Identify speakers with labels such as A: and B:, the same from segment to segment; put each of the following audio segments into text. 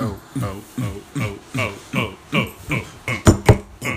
A: oh, oh, oh, oh, oh, oh, oh.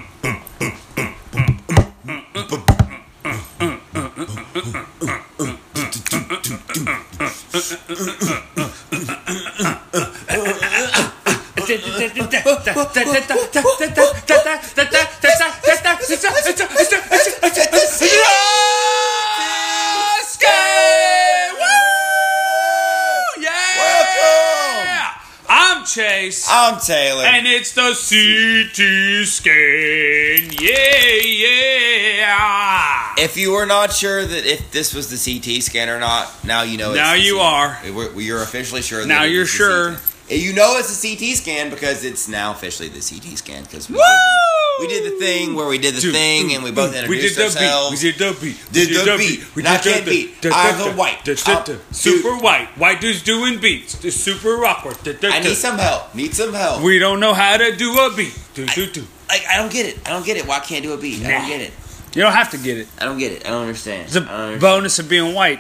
B: Welcome.
A: I'm Chase.
B: I'm Taylor.
A: And it's the CT scan. Yeah, yeah.
B: if you were not sure that if this was the CT scan or not, now you know. It's
A: Now
B: the
A: you
B: C-
A: are.
B: We're- we- You're officially sure. that
A: Now
B: it
A: you're
B: is the
A: sure.
B: CT. You know it's a CT scan because it's now officially the CT scan because we,
A: Woo!
B: did- we did the thing where we did the
A: Dude,
B: thing and we both
A: we did
B: introduced
A: the beat. We
B: ourselves.
A: did the beat.
B: Did the beat.
A: We
B: And I
A: did the
B: can't beat.
A: Da, da,
B: I'm the
A: da,
B: white.
A: da, da,
B: I'm
A: da.
B: the-
A: Super white. White dudes doing beats. It's super awkward. Da, da,
B: I
A: da.
B: need some help. Need some help.
A: We don't know how to do a beat. Do, do, do.
B: like I don't get it. I don't get it. Why can't I do a beat? I
A: Nah.
B: don't get it.
A: You don't have to get it.
B: I don't get it. I don't understand.
A: It's a
B: I don't understand.
A: bonus of being white.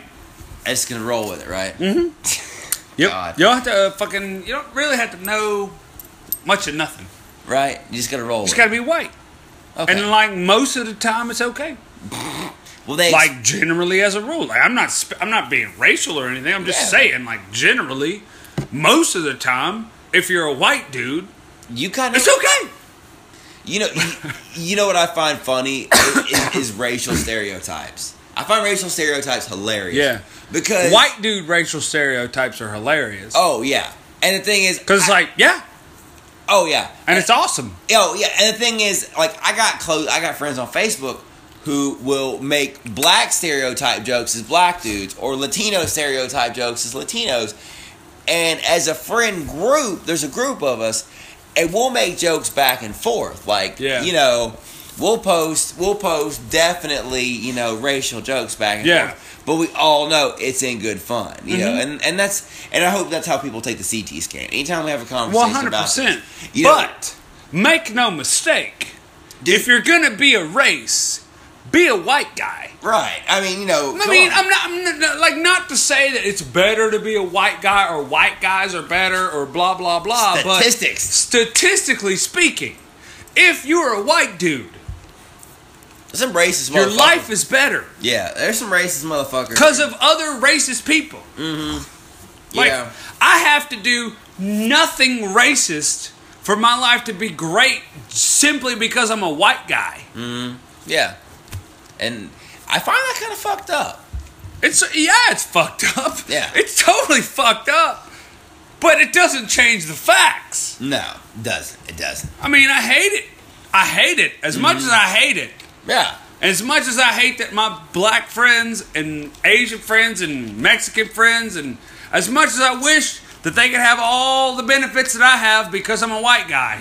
B: I'm just gonna roll with it, right?
A: Mm. Yep.
B: God.
A: You don't have to uh, fucking. You don't really have to know much of nothing.
B: Right? You just gotta roll.
A: You just got
B: with
A: to be white.
B: it. Okay.
A: And like most of the time, it's okay.
B: well, they
A: Like generally, as a rule, like I'm not. Sp- I'm not being racial or anything. I'm just
B: Yeah.
A: saying, like generally, most of the time, if you're a white dude,
B: you kind of
A: it's okay.
B: You know, you, you know what I find funny is, is, is racial stereotypes. I find racial stereotypes hilarious.
A: Yeah.
B: because
A: White dude racial stereotypes are hilarious.
B: Oh yeah, and the thing is,
A: Cause it's
B: I-
A: like, yeah,
B: oh yeah,
A: and it's awesome.
B: oh yeah, and the thing is, like I got close, I got friends on Facebook who will make black stereotype jokes as black dudes or Latino stereotype jokes as Latinos, and as a friend group, there's a group of us, and we'll make jokes back and forth. Like,
A: Yeah.
B: you know, we'll post, we'll post definitely, you know, racial jokes back and
A: Yeah. Mm-hmm.
B: forth. But we all know it's in good fun, you know, and and that's and I hope that's how people take the CT scan. Anytime we have a conversation,
A: One hundred
B: about this,
A: percent.
B: You know-
A: But make no mistake, if you're gonna be a race, be a white guy.
B: right? I mean, you know,
A: I
B: come
A: mean,
B: on.
A: I'm not, I'm not like not to say that it's better to be a white guy or white guys are better or blah blah blah.
B: Statistics.
A: But statistically speaking, if you're a white dude,
B: some racist.
A: your
B: motherfuckers.
A: life is better
B: yeah. There's some racist motherfuckers.
A: because of other racist people. Like,
B: yeah,
A: I have to do nothing racist for my life to be great simply because I'm a white guy.
B: yeah, and I find that kind of fucked up.
A: It's yeah, it's fucked up.
B: Yeah.
A: It's totally fucked up. But it doesn't change the facts.
B: No, doesn't it? Doesn't.
A: I mean, I hate it. I hate it as much
B: Mm-hmm.
A: as I hate it.
B: Yeah.
A: As much as I hate that my black friends and Asian friends and Mexican friends and as much as I wish that they could have all the benefits that I have because I'm a white guy.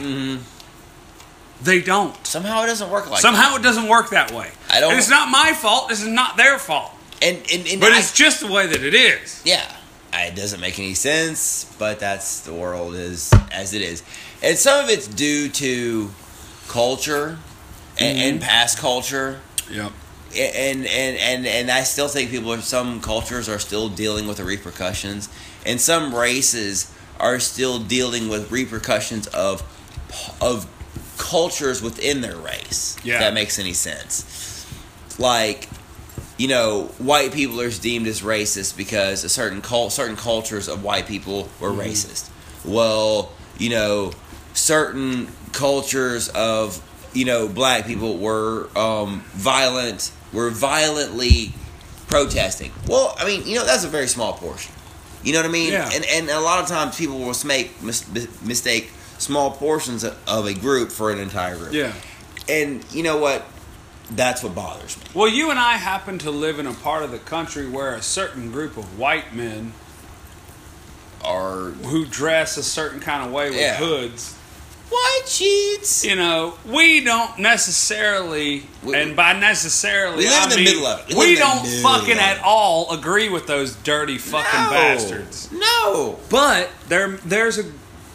A: They don't.
B: Somehow it doesn't work Mm-hmm. like
A: Somehow it doesn't work that way.
B: I don't-
A: And it's not my fault. This is not their fault.
B: that. And and, and
A: But
B: I-
A: it's just the way that it is.
B: yeah, I- it doesn't make any sense. But that's the world is as it is, and some of it's due to culture and,
A: Mm-hmm.
B: and past culture.
A: Yep.
B: and and and and I still think people are some cultures are still dealing with the repercussions, and some races are still dealing with repercussions of of cultures within their race.
A: Yeah.
B: if that makes any sense. Like, you know, white people are deemed as racist because a certain cult, certain cultures of white people were
A: Mm-hmm.
B: racist. Well, you know, certain cultures of you know black people were um, violent, were violently protesting. Well, I mean, you know, that's a very small portion. You know what I mean?
A: Yeah.
B: And and a lot of times people will make mis- mistake small portions of a group for an entire group.
A: Yeah.
B: And you know what? That's what bothers me.
A: Well, you and I happen to live in a part of the country where a certain group of white men
B: Are
A: who dress a certain kind of way with
B: Yeah.
A: hoods,
B: White sheets.
A: you know, we don't necessarily,
B: We-
A: and by necessarily,
B: We live
A: I
B: in the
A: mean,
B: middle of it. We
A: We,
B: live in the
A: don't
B: middle
A: fucking
B: of it.
A: at all agree with those dirty fucking bastards.
B: No.
A: But there, there's a,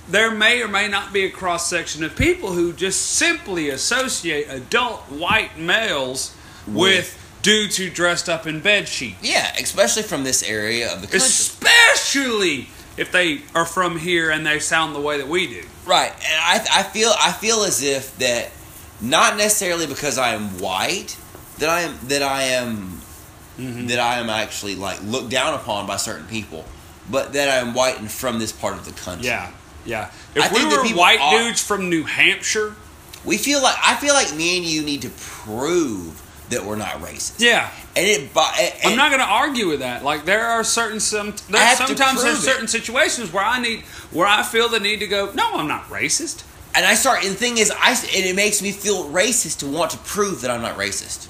A: there may or may not be a cross section of people who just simply associate adult white males with, dudes who dressed up in bed sheets,
B: Yeah, especially from this area of the country.
A: especially if they are from here and they sound the way that we do.
B: Right, and I, I feel I feel as if that not necessarily because I am white that I am that I am
A: Mm-hmm.
B: that I am actually like looked down upon by certain people, but that I am white and from this part of the country.
A: Yeah, yeah.
B: I
A: If we
B: think that
A: were
B: people
A: white
B: are-
A: dudes from New Hampshire,
B: we feel like I feel like me and you need to prove that we're not racist,
A: yeah,
B: and it. bo- And,
A: I'm not going to argue with that. Like there are certain some
B: I
A: there,
B: have to
A: sometimes
B: prove
A: there's
B: it.
A: certain situations where I need where I feel the need to go. No, I'm not racist.
B: and I start. And the thing is, I and it makes me feel racist to want to prove that I'm not racist.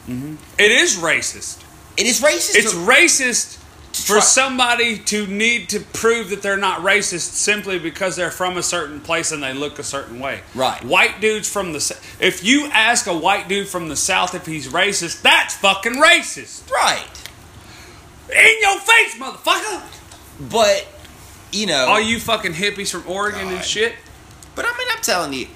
A: It is racist.
B: It is racist.
A: Mm. It's
B: to-
A: racist for
B: Try-
A: somebody to need to prove that they're not racist simply because they're from a certain place and they look a certain way.
B: Right.
A: White dudes from the s- if you ask a white dude from the south if he's racist, that's fucking racist.
B: right,
A: In your face, motherfucker.
B: but you know,
A: All you fucking hippies from Oregon and
B: Oh. God.
A: shit.
B: But I mean, I'm telling you.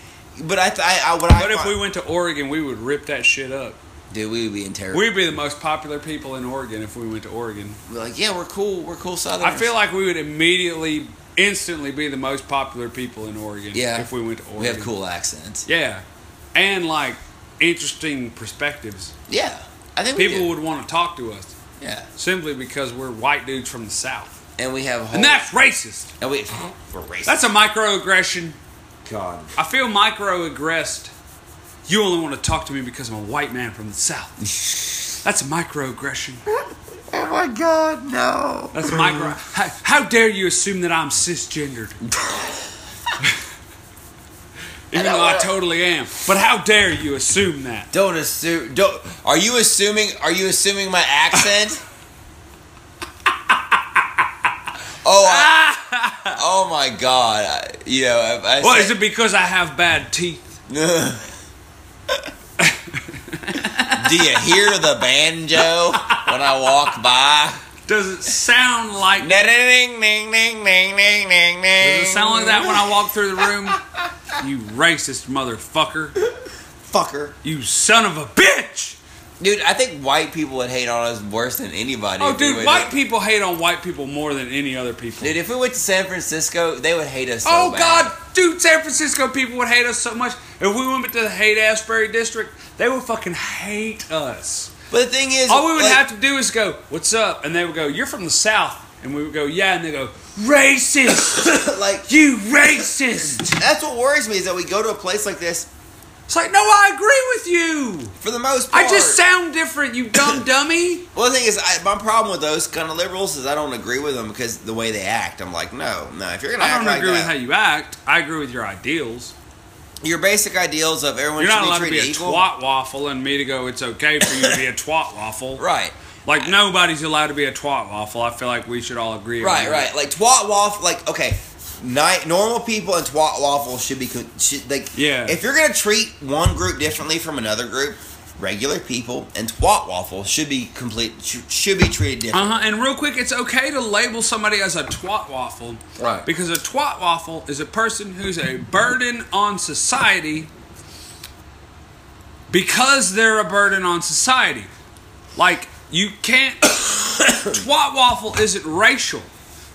B: But I, th- I, I what I.
A: What if
B: fi-
A: we went to Oregon? We would rip that shit up.
B: Dude, we would be in terror. We'd
A: We'd be the most popular people in Oregon if we went to Oregon.
B: be like, yeah, we're cool. We're cool Southerners.
A: I feel like we would immediately, instantly be the most popular people in Oregon.
B: Yeah.
A: If we went to Oregon,
B: we have cool accents.
A: Yeah, and like interesting perspectives.
B: Yeah, I think we
A: People
B: do.
A: would want to talk to us
B: Yeah,
A: simply because we're white dudes from the south,
B: and we have. a Whole,
A: and that's racist.
B: And we, we're racist.
A: That's a microaggression.
B: God.
A: I feel microaggressed. You only want to talk to me because I'm a white man from the south. That's a microaggression.
B: Oh my God, no.
A: That's micro. how, how dare you assume that I'm cisgendered? Even though I totally am. But how dare you assume that?
B: Don't assume. Don't. Are you assuming? Are you assuming my accent? oh. I, oh my God. I, you know. if I
A: Well,
B: say-
A: is it because I have bad teeth?
B: Do you hear the banjo when I walk by?
A: Does it sound like
B: Ding ding ding ding ding ding ding.
A: Does it sound like that when I walk through the room? You racist motherfucker.
B: fucker,
A: You son of a bitch.
B: dude? I think white people would hate on us worse than anybody.
A: Oh,
B: if we
A: dude,
B: went
A: white
B: to-
A: people hate on white people more than any other people.
B: Dude, if we went to San Francisco, they would hate us. So
A: Oh
B: bad.
A: God, dude! San Francisco people would hate us so much. If we went to the hate Asbury district, they would fucking hate us.
B: But the thing is,
A: All we would
B: like,
A: have to do is go, "What's up?" and they would go, "You're from the South," and we would go, "Yeah," and they go, "Racist,
B: like
A: you racist."
B: that's what worries me is that we go to a place like this
A: It's like, no, I agree with you.
B: for the most part.
A: I just sound different, you dumb dummy.
B: Well, the thing is, I, my problem with those kind of liberals is I don't agree with them because the way they act. I'm like, no, no. If you're gonna
A: I
B: act
A: don't
B: like
A: agree with
B: that,
A: how you act. I agree with your ideals.
B: your basic ideals of everyone
A: You're
B: should
A: not allowed
B: be
A: to be a
B: treated equal,
A: twat waffle and me to go, it's okay for you to be a twat waffle.
B: right?
A: Like, nobody's allowed to be a twat waffle. I feel like we should all agree on
B: Right,
A: that.
B: right. Like twat waffle. Like okay, night normal people and twat waffle should be con- should, like
A: Yeah.
B: If you're gonna treat one group differently from another group, regular people and twat waffle should be complete should, should be treated differently.
A: Uh huh. And real quick, it's okay to label somebody as a twat waffle.
B: Right.
A: Because a twat waffle is a person who's a burden on society because they're a burden on society. Like, you can't. twat waffle isn't racial.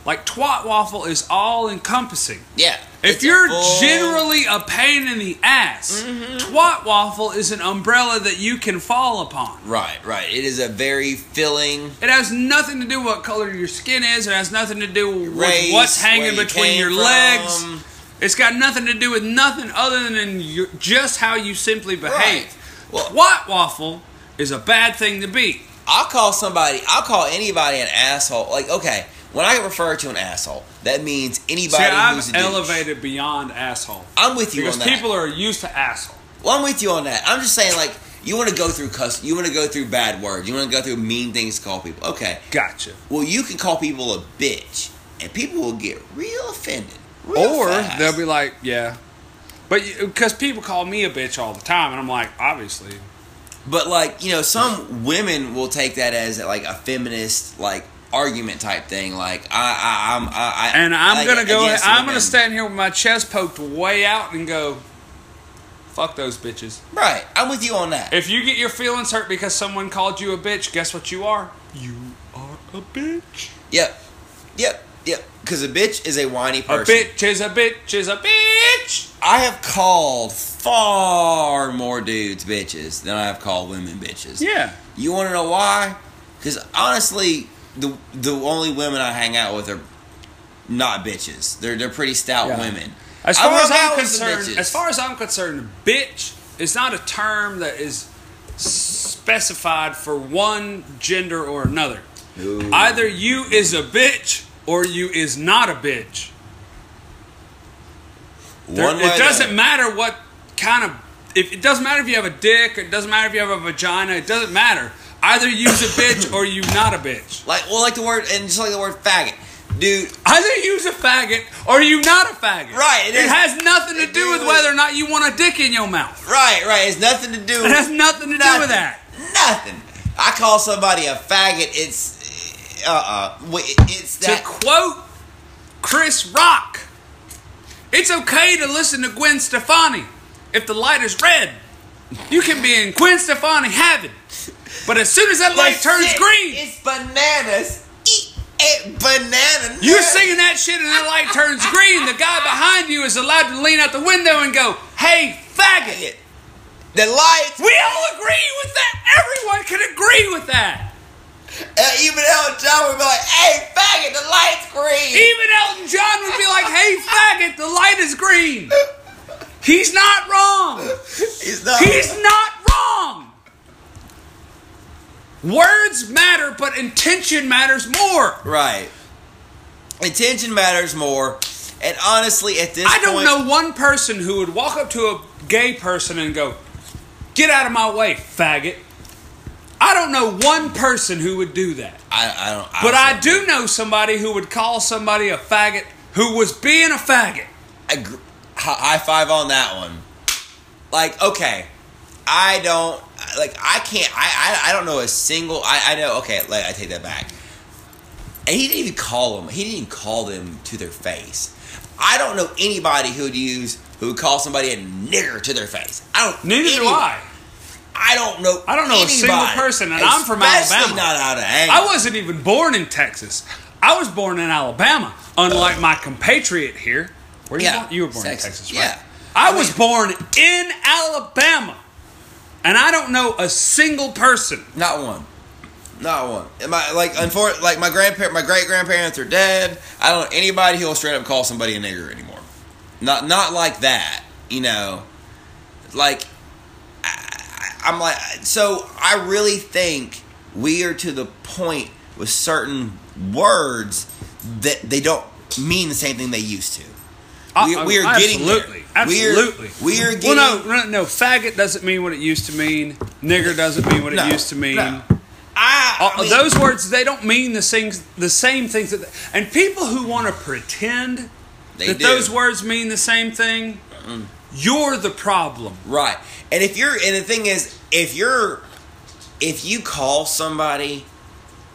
A: Like, twat waffle is all encompassing.
B: Yeah.
A: Uh, If
B: It's a
A: you're
B: full- Mm-hmm.
A: generally a pain in the ass, twat waffle is an umbrella that you can fall upon.
B: right, right. It is a very filling.
A: It has nothing to do what color your skin is. It has nothing to do with
B: Race,
A: what's
B: where
A: hanging
B: you
A: between
B: came
A: your
B: from.
A: legs. It's got nothing to do with nothing other than your, just how you simply behave.
B: Well-
A: Twat waffle is a bad thing to be.
B: I'll call somebody. I'll call anybody an asshole. Like okay, when I refer to an asshole, that means
A: See,
B: anybody who's a
A: I've
B: douche.
A: elevated beyond asshole
B: I'm with you
A: because
B: on that.
A: people are used to asshole.
B: Well, I'm with you on that. I'm just saying, like, you want to go through cuss, you want to go through bad words, you want to go through mean things to call people. Okay,
A: Gotcha.
B: well, you can call people a bitch, and people will get real offended. Real
A: or
B: fast.
A: they'll be like, yeah. But because people call me a bitch all the time, and I'm like, obviously,
B: but like, you know, some women will take that as like a feminist like argument type thing. Like, I, I, I'm, I, I
A: And I'm
B: like,
A: gonna go.
B: against
A: I'm
B: women.
A: gonna stand here with my chest poked way out and go, "Fuck those bitches."
B: Right, I'm with you on that.
A: If you get your feelings hurt because someone called you a bitch, guess what you are? You are a bitch.
B: Yep, yep, yep. because a bitch is a whiny
A: A
B: person.
A: bitch is a bitch is a bitch.
B: I have called far more dudes bitches than I have called women bitches.
A: Yeah.
B: You want to know why? Because honestly, the the only women I hang out with are not bitches. They're they're pretty stout
A: Yeah.
B: women.
A: As
B: I
A: far
B: work
A: as I'm
B: out with some
A: concerned,
B: bitches.
A: as far as I'm concerned, bitch is not a term that is specified for one gender or another.
B: Ooh.
A: Either you is a bitch or you is not a bitch. There-
B: One way
A: it
B: or
A: doesn't
B: the-
A: matter what kind of. If, it doesn't matter if you have a dick. It doesn't matter if you have a vagina. It doesn't matter. Either you's a bitch or you not a bitch.
B: like well, like the word and just like the word faggot, dude.
A: Either you's a faggot or you not a faggot.
B: Right,
A: It,
B: it is-
A: has nothing to
B: it
A: do
B: do
A: with
B: with-
A: whether or not you want a dick in your mouth.
B: Right, right. It's nothing to do.
A: It has nothing to do with that.
B: Nothing. I call somebody a faggot. It's uh uh It's
A: To
B: that.
A: quote Chris Rock, it's okay to listen to Gwen Stefani if the light is red. You can be in Gwen Stefani heaven, but as soon as that light
B: That's
A: turns
B: it.
A: green,
B: It's bananas. Eat a banana.
A: You're singing that shit and the light turns green. The guy behind you is allowed to lean out the window and go, hey, faggot.
B: faggot. The lights.
A: We all agree with that. Everyone can agree with that.
B: Uh, even El John would be like, "Hey, faggot, the lights green."
A: Even Elton John would be like, hey, faggot, the light is green. He's not wrong.
B: He's not.
A: He's not wrong. Words matter, but intention matters more.
B: right. Intention matters more, and honestly, at this
A: I don't
B: point,
A: know one person who would walk up to a gay person and go, "Get out of my way, faggot." I don't know one person who would do that,
B: I, I don't.
A: but I
B: don't-
A: do know somebody who would call somebody a faggot who was being a faggot.
B: I gr- hi- high five on that one. Like, okay, I don't like. I can't. I I, I don't know a single. I I know. Okay, like, I take that back. And he didn't even call them. He didn't even call them to their face. I don't know anybody who would use who would call somebody a nigger to their face. I don't.
A: Neither do
B: any-
A: I.
B: I don't know.
A: I don't know a single
B: anybody,
A: person, and I'm from
B: especially
A: Alabama.
B: Not out of anger.
A: I wasn't even born in Texas. I was born in Alabama, unlike my compatriot here. Where you
B: Yeah.
A: born? You were born
B: Texas.
A: in Texas, right?
B: Yeah.
A: I,
B: I
A: was
B: mean-
A: born in Alabama, and I don't know a single person
B: Not one. Not one. And My like unfor- like my grandparent my great grandparents are dead. I don't know anybody who'll straight up call somebody a nigger anymore. Not not like that, you know. Like I, I- I'm like so I really think we are to the point with certain words that they don't mean the same thing they used to. We,
A: Uh,
B: we are getting there.
A: absolutely, absolutely.
B: We are, we are getting
A: well, no, no, no. Faggot doesn't mean what it used to mean. Nigger doesn't mean what it
B: No,
A: used to mean.
B: no. I,
A: All-
B: I mean-
A: those words they don't mean the things, the same things that. and people who want to pretend
B: They
A: that
B: do. Mm-hmm.
A: those words mean the same thing, you're the problem.
B: Right. And if you're and the thing is, if you're if you call somebody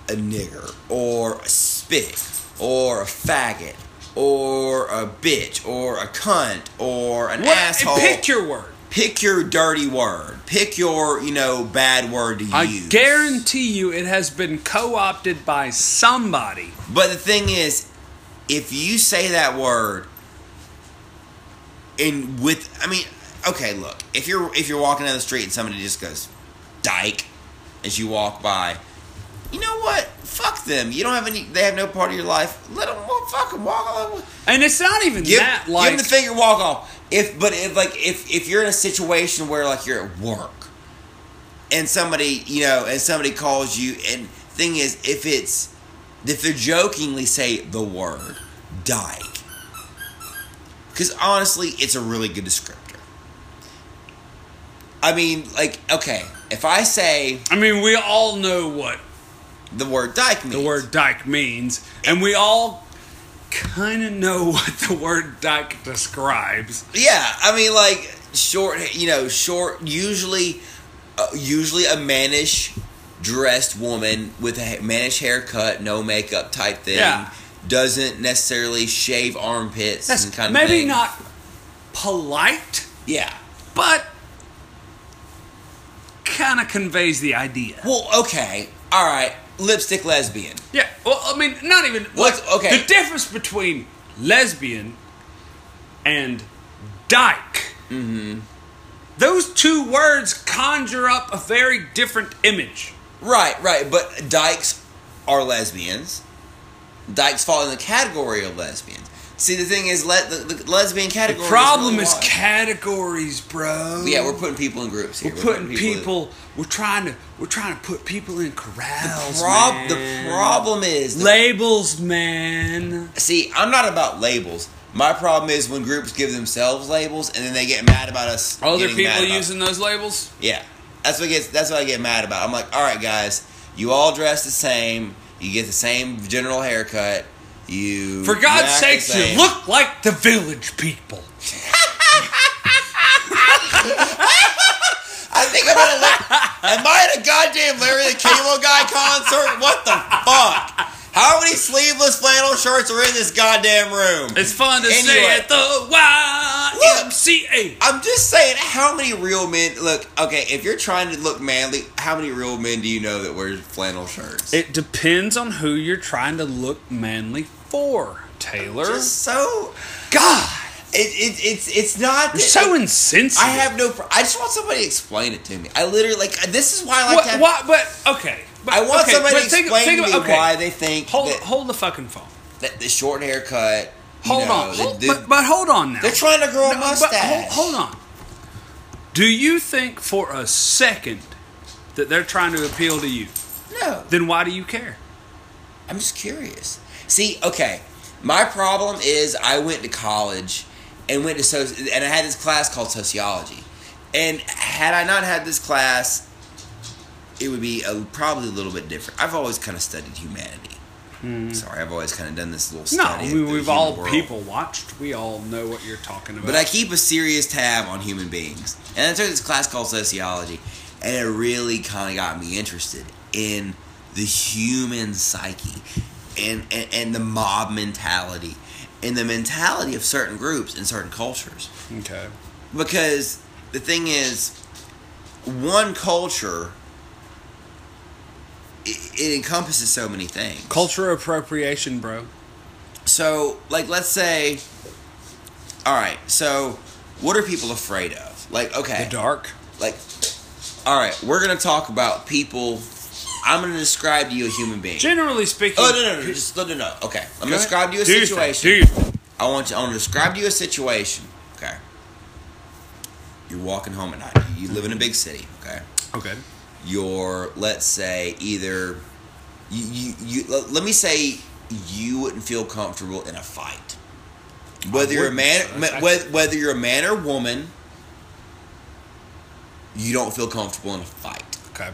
B: a nigger or a spit or a faggot or a bitch or a cunt or an
A: What,
B: asshole
A: Pick your word.
B: pick your dirty word. Pick your, you know, bad word to
A: I
B: use.
A: guarantee you, it has been co-opted by somebody.
B: But the thing is, if you say that word, and with, I mean, okay, look, if you're if you're walking down the street and somebody just goes, "dyke," as you walk by, you know what? Fuck them. You don't have any. They have no part of your life. Let them fuck them. Walk all
A: And it's not even
B: Give,
A: that.
B: give
A: Like
B: them the finger. Walk off. If but if like if if you're in a situation where like you're at work, and somebody you know and somebody calls you and thing is if it's if they jokingly say the word dyke because honestly it's a really good descriptor i mean like okay if i say
A: I mean, we all know what
B: the word dyke means
A: the word dyke means, and we all kind of know what the word dyke describes.
B: Yeah, I mean, like short, you know, short. Usually, uh, usually a mannish dressed woman with a ha- mannish haircut, no makeup type thing.
A: Yeah.
B: Doesn't necessarily shave armpits
A: That's
B: and kind of
A: maybe
B: thing.
A: not polite,
B: Yeah.
A: but kind of conveys the idea.
B: Well, okay, all right. lipstick lesbian.
A: Yeah. Well, I mean, not even.
B: What's-
A: like,
B: okay.
A: The difference between lesbian and dyke. Mm-hmm. Those two words conjure up a very different image.
B: Right, right. But dykes are lesbians. Dykes fall in the category of lesbians. See, the thing is, let the, the lesbian category.
A: Problem is
B: really wide.
A: categories, bro.
B: yeah, we're putting people in groups here.
A: We're putting people. We're trying to. We're trying to put people in corrals.
B: Prob- the
A: man.
B: problem is the
A: Labels, man.
B: See, I'm not about labels. My problem is when groups give themselves labels and then they get mad about us.
A: Other
B: getting mad
A: people
B: about-
A: using those labels.
B: Yeah, that's what gets. That's what I get mad about. I'm like, all right, guys, you all dress the same. You get the same general haircut. You
A: For God's
B: act the
A: sakes,
B: same.
A: you look like the village people.
B: I think I'm at a. La- Am I at a goddamn Larry the Cable Guy concert? What the fuck? How many sleeveless flannel shirts are in this goddamn room?
A: It's fun to
B: Anyway.
A: say at the YMCA.
B: I'm just saying, how many real men look? Okay, if you're trying to look manly, how many real men do you know that wear flannel shirts?
A: It depends on who you're trying to look manly for, Taylor.
B: just so
A: God,
B: it, it, it's it's
A: you're
B: not. that-
A: so insensitive.
B: I have no. pro- I just want somebody to explain it to me. I literally like uh, this is why I like
A: What,
B: to. Have,
A: what, but okay. But,
B: I want
A: okay,
B: somebody
A: but
B: to explain
A: think
B: to
A: about-
B: me why they think
A: Hold,
B: that,
A: hold the fucking phone.
B: that the short haircut. you
A: Hold
B: know,
A: on.
B: the-
A: Hold,
B: the-
A: but, but hold on now.
B: they're trying to grow a
A: No, but
B: mustache.
A: hold, hold on. Do you think for a second that they're trying to appeal to you?
B: No,
A: Then why do you care?
B: I'm just curious. See, okay, my problem is I went to college and went to soci- and I had this class called sociology, and had I not had this class, it would be a, probably a little bit different. I've always kind of studied humanity. Sorry, I've always kind of done this little
A: Hmm. No,
B: study. of
A: we,
B: the
A: we've
B: human
A: all
B: world.
A: people watched. We all know what you're talking about.
B: But I keep a serious tab on human beings. And I took this class called sociology, and it really kind of got me interested in the human psyche and, and, and the mob mentality and the mentality of certain groups and certain cultures.
A: okay.
B: Because the thing is, one culture. It it encompasses so many things.
A: Culture appropriation, bro.
B: So, like, let's say, all right. So, what are people afraid of? Like, okay,
A: The dark.
B: like, all right, we're gonna talk about people. I'm gonna describe to you a human being.
A: Generally speaking.
B: Oh no no no! Just, no no no! Okay, I'm gonna
A: Go ahead.
B: describe to you a
A: Do your thing,
B: situation.
A: do your thing.
B: I want you. I want to describe to you a situation. Okay. You're walking home at night. You live in a big city. Okay.
A: Okay.
B: You're, let's say, either you, you, you let let me say you wouldn't feel comfortable in a fight. Whether you're a man,
A: wouldn't, so that's
B: ma- whether, whether you're a man or woman, you don't feel comfortable in a fight.
A: Okay.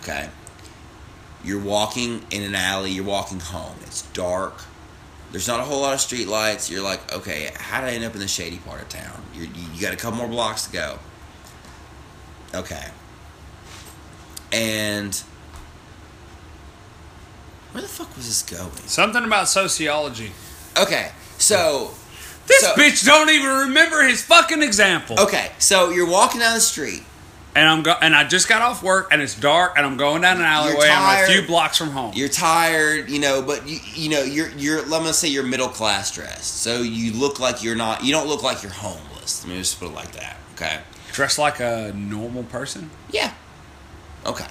B: Okay. You're walking in an alley, you're walking home. It's dark. There's not a whole lot of street lights. You're like, okay, how did I end up in the shady part of town? You're, you you got a couple more blocks to go. Okay. And where the fuck was this going?
A: Something about sociology.
B: Okay, so
A: This
B: So-
A: bitch don't even remember his fucking example.
B: okay, so you're walking down the street.
A: And I'm go- and I just got off work and it's dark and I'm going down an alleyway. I'm a
B: tired.
A: few blocks from home.
B: You're tired, you know, but you you know you're you're let me say you're middle class dressed, so you look like you're not you don't look like you're homeless. Let me just put it like that. Okay.
A: Dressed like a normal person.
B: Yeah. Okay.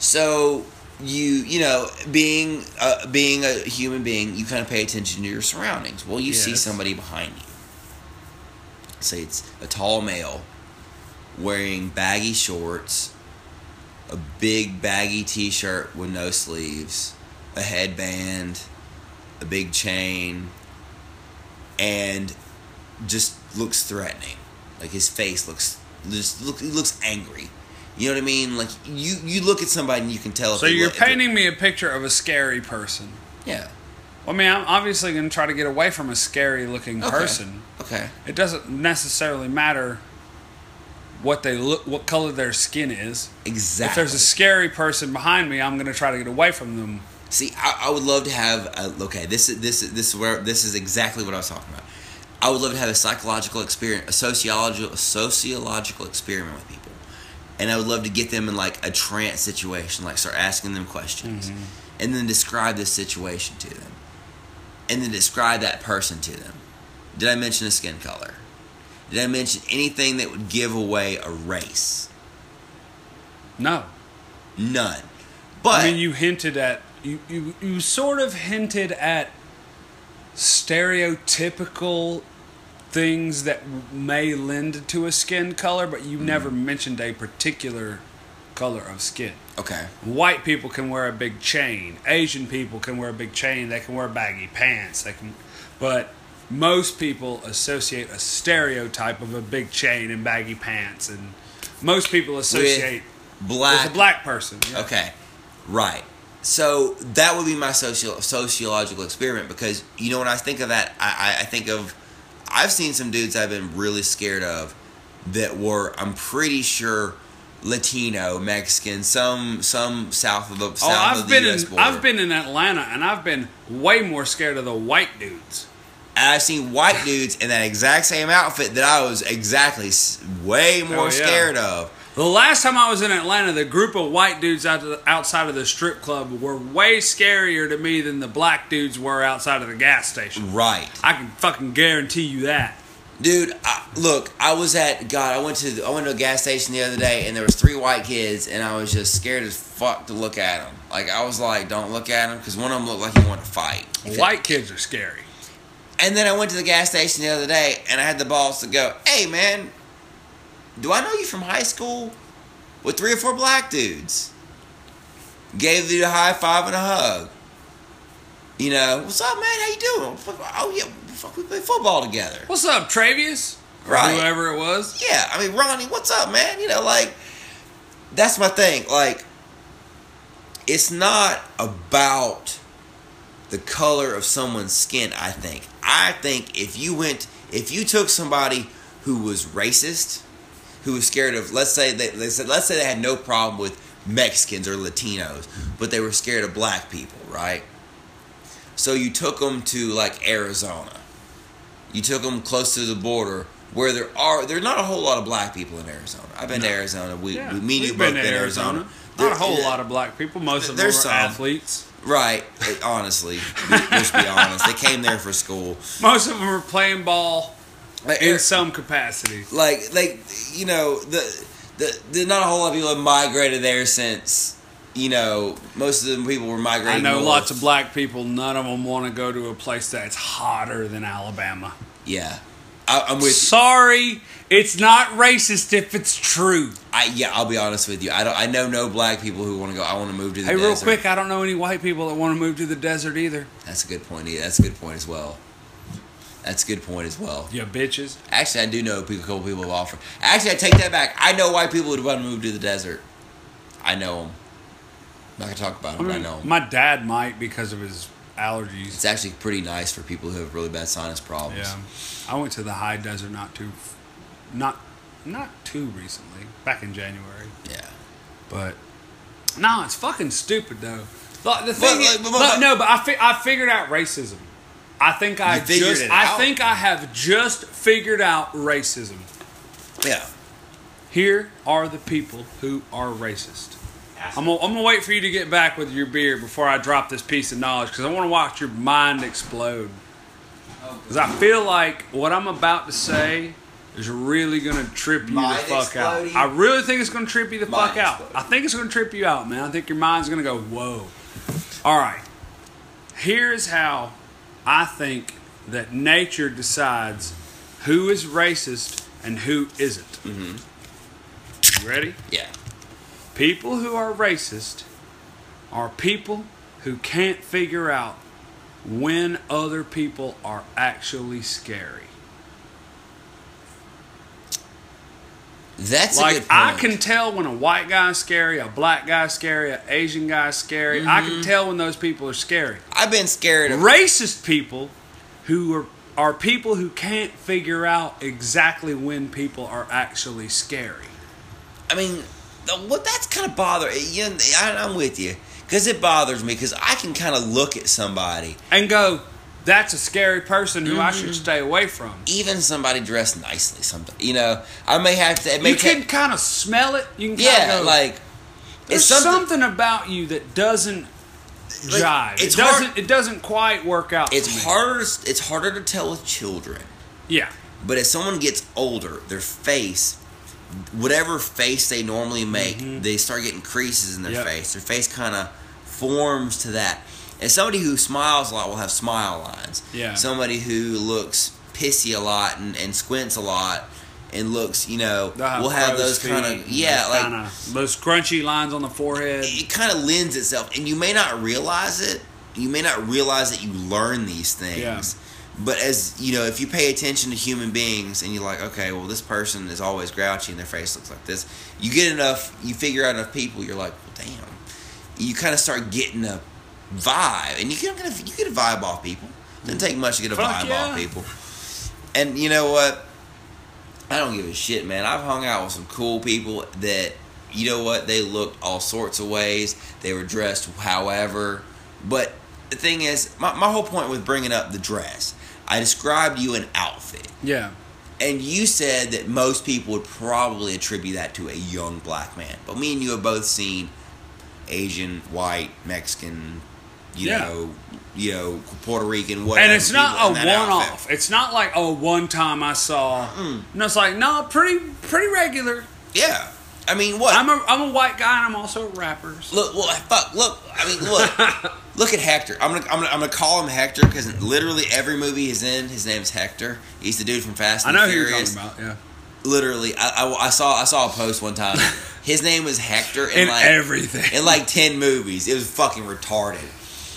B: So you you know being uh, being a human being, you kind of pay attention to your surroundings. Well, you see
A: Yes.
B: somebody behind you. Say it's a tall male wearing baggy shorts, a big baggy t-shirt with no sleeves, a headband, a big chain, and just looks threatening. Like his face looks just look he looks angry. You know what I mean? Like you you look at somebody and you can tell. if
A: So
B: they
A: you're
B: look- if they-
A: painting me a picture of a scary person.
B: Yeah.
A: Well, I mean, I'm obviously going to try to get away from a scary looking
B: Okay.
A: person.
B: Okay.
A: It doesn't necessarily matter what they look, what color their skin is.
B: Exactly.
A: If there's a scary person behind me, I'm going to try to get away from them.
B: See, I, I would love to have. A, okay, this is this is this is where this is exactly what I was talking about. I would love to have a psychological experiment, a sociological a sociological experiment with people, and I would love to get them in like a trance situation, like start asking them questions,
A: Mm-hmm.
B: and then describe this situation to them, and then describe that person to them. Did I mention a skin color? Did I mention anything that would give away a race?
A: No.
B: None. But
A: I mean, you hinted at you, you you sort of hinted at stereotypical things that may lend to a skin color, but you never mentioned a particular color of skin.
B: okay,
A: White people can wear a big chain. Asian people can wear a big chain. They can wear baggy pants. They can, but most people associate a stereotype of a big chain and baggy pants, and most people associate
B: black,
A: with a black person. yeah.
B: Okay, right. So that would be my social sociological experiment because you know when I think of that, I, I, I think of I've seen some dudes I've been really scared of that were I'm pretty sure Latino, Mexican, some some south of the
A: Oh,
B: south
A: I've
B: of the
A: been
B: U.S.
A: in
B: border.
A: I've been in Atlanta, and I've been way more scared of the white dudes.
B: and I've seen white dudes in that exact same outfit that I was exactly s- way more
A: Oh, yeah.
B: scared of.
A: The last time I was in Atlanta, the group of white dudes out outside of the strip club were way scarier to me than the black dudes were outside of the gas station.
B: Right.
A: I can fucking guarantee you that.
B: Dude, I, look, I was at God. I went to I went to a gas station the other day, and there was three white kids, and I was just scared as fuck to look at them. Like I was like, don't look at them, because one of them looked like he wanted to fight.
A: White kids are scary.
B: And then I went to the gas station the other day, and I had the balls to go, hey man, do I know you from high school? With three or four black dudes, gave the dude a high five and a hug. You know, what's up, man? How you doing? Oh yeah, fuck, we play football together.
A: What's up, Travius? Or
B: Right.
A: Whoever it was.
B: yeah, I mean, Ronnie, what's up, man? You know, like, that's my thing. Like, it's not about the color of someone's skin, I think. I think if you went, if you took somebody who was racist, who was scared of, let's say they, they said, let's say they had no problem with Mexicans or Latinos, but they were scared of black people, right? So you took them to like Arizona. You took them close to the border where there are there are not a whole lot of black people in Arizona. I've been to Arizona. We,
A: Yeah,
B: we me and you
A: we've been
B: both been
A: to
B: to Arizona.
A: Not a whole lot of black people. Most of them were
B: There's some.
A: athletes.
B: right. Honestly, let's be honest. They came there for school.
A: Most of them were playing ball
B: Like,
A: in some capacity.
B: like like you know the the there's not a whole lot of people have migrated there since you know most of the people were migrating.
A: I know
B: north.
A: lots of black people. None of them want to go to a place that's hotter than Alabama.
B: Yeah, I, I'm with.
A: Sorry, it's not racist if it's true.
B: I yeah, I'll be honest with you. I don't. I know no black people who want to go. I want to move to the
A: Hey, real
B: desert."
A: quick, I don't know any white people that want to move to the desert either.
B: That's a good point. yeah, That's a good point as well. That's a good point as well.
A: You bitches.
B: Actually, I do know people, a couple people have offered. Actually, I take that back. I know white people would want to move to the desert. I know them. I'm not gonna talk about
A: I
B: them. but I
A: mean,
B: know them.
A: my dad might because of his allergies.
B: It's actually pretty nice for people who have really bad sinus problems.
A: Yeah, I went to the high desert not too, not, not too recently. Back in January,
B: Yeah.
A: but no, it's fucking stupid though. Like, the thing,
B: But,
A: is-
B: like, but-
A: look,
B: but-
A: no, but I fi- I figured out racism. I think I
B: You figured
A: just
B: it
A: I
B: out?
A: think I have just figured out racism.
B: Yeah.
A: Here are the people who are racist. I'm gonna, I'm gonna wait for you to get back with your beer before I drop this piece of knowledge because I want to watch your mind explode. Because I feel like what I'm about to say is really gonna trip you
B: Mind
A: the fuck
B: exploding?
A: out. I really think it's gonna trip you the
B: Mind
A: fuck out.
B: exploding.
A: I think it's gonna trip you out, man. I think your mind's gonna go whoa. All right. Here's how I think that nature decides who is racist and who isn't. You ready?
B: Yeah.
A: People who are racist are people who can't figure out when other people are actually scary.
B: That's a
A: like
B: good point.
A: I can tell when a white guy's scary, a black guy's scary, an Asian guy's scary. I
B: Mm-hmm.
A: can tell when those people are scary.
B: I've been scared of
A: Racist people who are are people who can't figure out exactly when people are actually scary.
B: I mean, the, what that's kind of bothering. You know, I, I'm with you because it bothers me because I can kind of look at somebody
A: And go, that's a scary person who I
B: Mm-hmm.
A: should stay away from.
B: Even somebody dressed nicely, something you know, I may have to. It may
A: You
B: take-
A: can kind of smell it. You can kind
B: yeah,
A: of
B: like
A: there's something, about you that doesn't
B: Like,
A: jive.
B: it's
A: it doesn't.
B: hard-
A: It doesn't quite work out. for me.
B: It's harder. It's harder to tell with children,
A: Yeah.
B: but as someone gets older, their face, whatever face they normally make, they start getting creases in their
A: Mm-hmm. Yep.
B: face. Their face kind of forms to that. And somebody who smiles a lot will have smile lines.
A: Yeah.
B: Somebody who looks pissy a lot and, and squints a lot and looks, you know,
A: They'll
B: will have
A: crow's
B: those kind
A: feet
B: of
A: and
B: yeah,
A: those
B: like
A: kinda- those crunchy lines on the forehead.
B: it kind of lends itself, and you may not realize it. You may not realize that you learn these things.
A: Yeah.
B: But as you know, if you pay attention to human beings, and you're like, okay, well, this person is always grouchy, and their face looks like this. You get enough, you figure out enough people, you're like, well, damn. You kind of start getting a vibe, and you can get a, you get a vibe off people. Doesn't take much to get a
A: Fuck
B: vibe
A: yeah.
B: off people. And you know what? I don't give a shit, man. I've hung out with some cool people that, you know what, they looked all sorts of ways. They were dressed however. But the thing is, my, my whole point with bringing up the dress, I described you an outfit.
A: Yeah.
B: And you said that most people would probably attribute that to a young black man. But me and you have both seen Asian, white, Mexican, you
A: Yeah.
B: know, you know, Puerto Rican, whatever.
A: And it's not a
B: people in that
A: one
B: outfit.
A: off. It's not like oh one time I saw. No, it's like no, pretty pretty regular.
B: Yeah. I mean, what?
A: I'm a I'm a white guy and I'm also a rapper. so-
B: Look, well, fuck. Look, I mean, look, look at Hector. I'm gonna, I'm gonna, I'm gonna call him Hector because literally every movie he's in, his name's Hector. He's the dude from Fast
A: I
B: and
A: know who you're
B: Furious.
A: talking about. Yeah.
B: Literally, I, I, I saw, I saw a post one time. His name was Hector in,
A: In
B: like
A: everything.
B: in like ten movies. It was fucking retarded.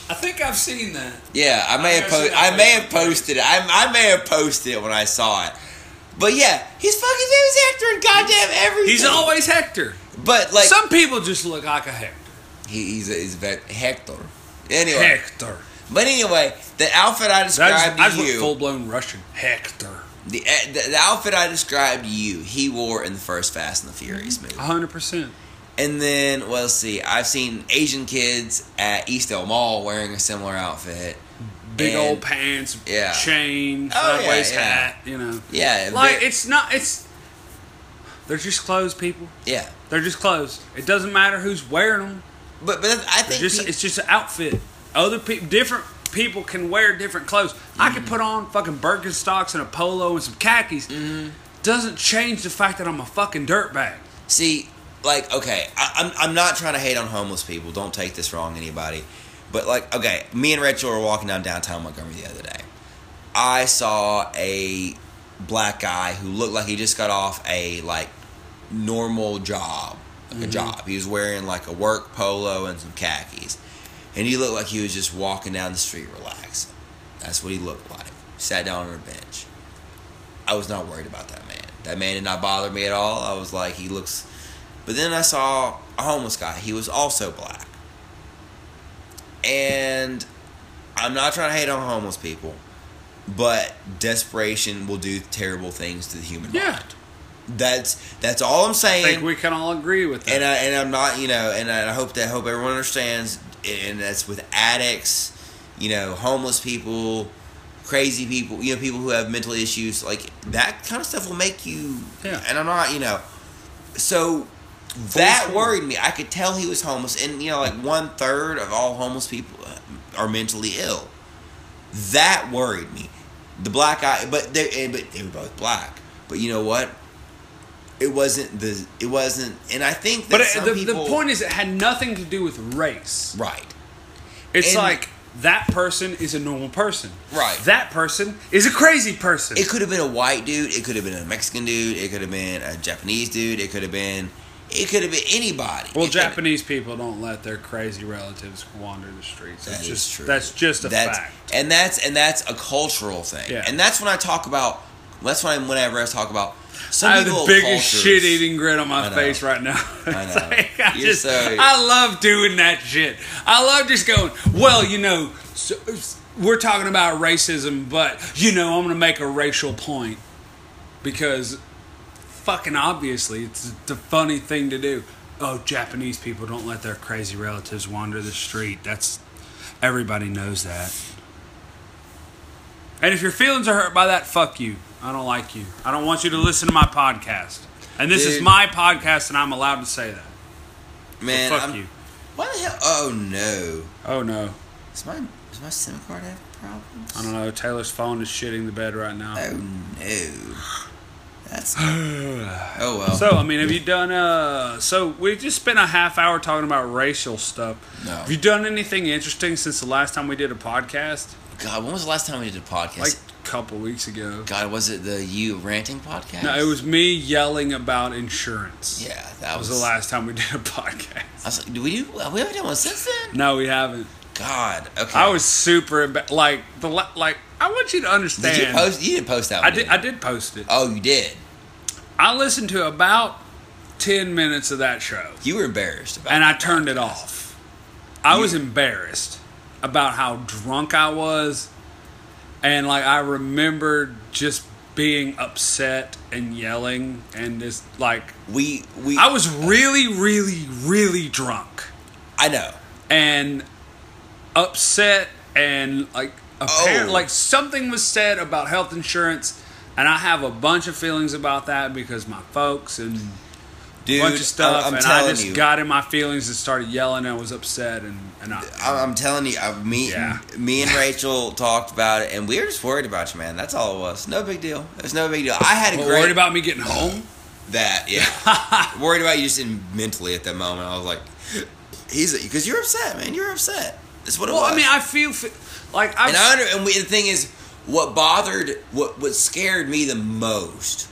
A: I think I've seen that.
B: Yeah, I may
A: I've never
B: have, po-
A: seen that
B: I may have
A: movie.
B: posted it. I, I may have posted it when I saw it. But yeah, his fucking name is Hector in goddamn everything.
A: He's always Hector.
B: but like
A: Some people just look like a Hector.
B: he, he's a, he's a vet- Hector. Anyway.
A: Hector.
B: But anyway, the outfit I
A: I just,
B: described
A: I just
B: to
A: went
B: you,
A: full blown Russian. Hector.
B: the, eh, the the outfit I described to you, he wore in the first Fast and the Furious movie.
A: hundred percent.
B: And then, well, let's see, I've seen Asian kids at Eastdale Mall wearing a similar outfit.
A: Big
B: And-
A: old pants.
B: Yeah.
A: Chain.
B: Oh, yeah,
A: sideways
B: yeah.
A: hat. You know.
B: Yeah,
A: Like
B: ve-
A: it's not. It's. They're just clothes, people.
B: yeah.
A: They're just clothes. It doesn't matter who's wearing them.
B: But but I
A: It's
B: think
A: just
B: peop-
A: it's just an outfit. Other people, different people can wear different clothes. I
B: Mm-hmm.
A: could put on fucking Birkenstocks and a polo and some khakis.
B: Mm-hmm.
A: Doesn't change the fact that I'm a fucking dirtbag.
B: See, like, okay, I, I'm I'm not trying to hate on homeless people. Don't take this wrong, anybody. But like, okay, me and Rachel were walking down downtown Montgomery the other day. I saw a black guy who looked like he just got off a like normal job, like a job. He was wearing like a work polo and some khakis, and he looked like he was just walking down the street relaxing. That's what he looked like. Sat down on a bench. I was not worried about that man. That man did not bother me at all. I was like, he looks. But then I saw a homeless guy. He was also black. And I'm not trying to hate on homeless people, but desperation will do terrible things to the human
A: Yeah.
B: mind. That's that's all I'm
A: I
B: saying
A: think we can all agree with that.
B: and I and I'm not, you know, and I hope that hope everyone understands, and that's with addicts, you know, homeless people, crazy people, you know, people who have mental issues, like that kind of stuff will make you.
A: Yeah.
B: And I'm not, you know, so that
A: circle.
B: worried me. I could tell he was homeless, and you know, like one third of all homeless people are mentally ill. That worried me. The black eye, but they and- but they were both black. But you know what? It wasn't the it wasn't, and I think that
A: but it,
B: some
A: the,
B: people
A: the point is, it had nothing to do with race.
B: right.
A: It's
B: And-
A: like that person is a normal person.
B: Right.
A: That person is a crazy person.
B: It could have been a white dude. It could have been a Mexican dude. It could have been a Japanese dude. It could have been it could have been anybody.
A: well,
B: It could-
A: Japanese people don't let their crazy relatives wander the streets.
B: That
A: That's
B: is
A: just
B: true.
A: that's just a
B: That's-
A: fact.
B: And that's and that's a cultural thing.
A: Yeah.
B: And that's when I talk about. That's when I, whenever I talk about some
A: I have the
B: people
A: biggest
B: cultures-
A: shit eating grin on
B: I
A: my
B: know.
A: face right now.
B: I know.
A: It's like, I,
B: You're
A: just,
B: so-
A: I love doing that shit. I love just going, well, you know, so, we're talking about racism, but, you know, I'm going to make a racial point because fucking obviously it's the funny thing to do. Oh, Japanese people don't let their crazy relatives wander the street. That's. Everybody knows that. And if your feelings are hurt by that, fuck you. I don't like you. I don't want you to listen to my podcast. And this is
B: Dude.
A: my podcast, and I'm allowed to say that.
B: Man,
A: fuck
B: I'm-
A: you.
B: Why the hell? Oh no,
A: Oh no.
B: is my is my SIM card have problems?
A: I don't know. Taylor's phone is shitting the bed right now.
B: Oh no, that's oh well.
A: So, I mean, have you done, uh, so we just spent a half hour talking about racial stuff.
B: No.
A: Have you done anything interesting since the last time we did a podcast?
B: God, when was the last time we did a podcast?
A: Like a couple weeks ago.
B: God, was it the you ranting podcast?
A: No, it was me yelling about insurance.
B: Yeah, that
A: That was
B: was,
A: the last time we did a podcast.
B: I was like, do we do? We haven't done one since then.
A: No, we haven't.
B: God, okay.
A: I was super emba- like the la- like. I want you to
B: Did
A: understand.
B: you post? You didn't post that.
A: I
B: One,
A: did.
B: you?
A: I did post it.
B: oh, you did.
A: I listened to about ten minutes of that show,
B: You were embarrassed about.
A: and I
B: that
A: turned it
B: podcast.
A: off. I was embarrassed about how drunk I was, and like I remembered just being upset and yelling and just like
B: We we.
A: I was really, really, really drunk.
B: I know.
A: and upset and like apparent, like something was said about health insurance and I have a bunch of feelings about that because my folks and a
B: Dude,
A: bunch of stuff
B: I, am
A: and
B: telling
A: I just
B: you.
A: got in my feelings and started yelling and was upset and, and I,
B: I- I'm telling you, I, me,
A: Yeah.
B: me and Rachel talked about it, and we were just worried about you, man. That's all it was. No big deal. It was no big deal. I had a
A: Well,
B: great
A: worried about me getting home.
B: that. Yeah, worried about you just in, mentally at that moment. I was like, he's because you're upset, man. You're upset. That's what it
A: Well,
B: was.
A: I mean, I feel f- like I've,
B: and I under, and we, the thing is, what bothered, what what scared me the most,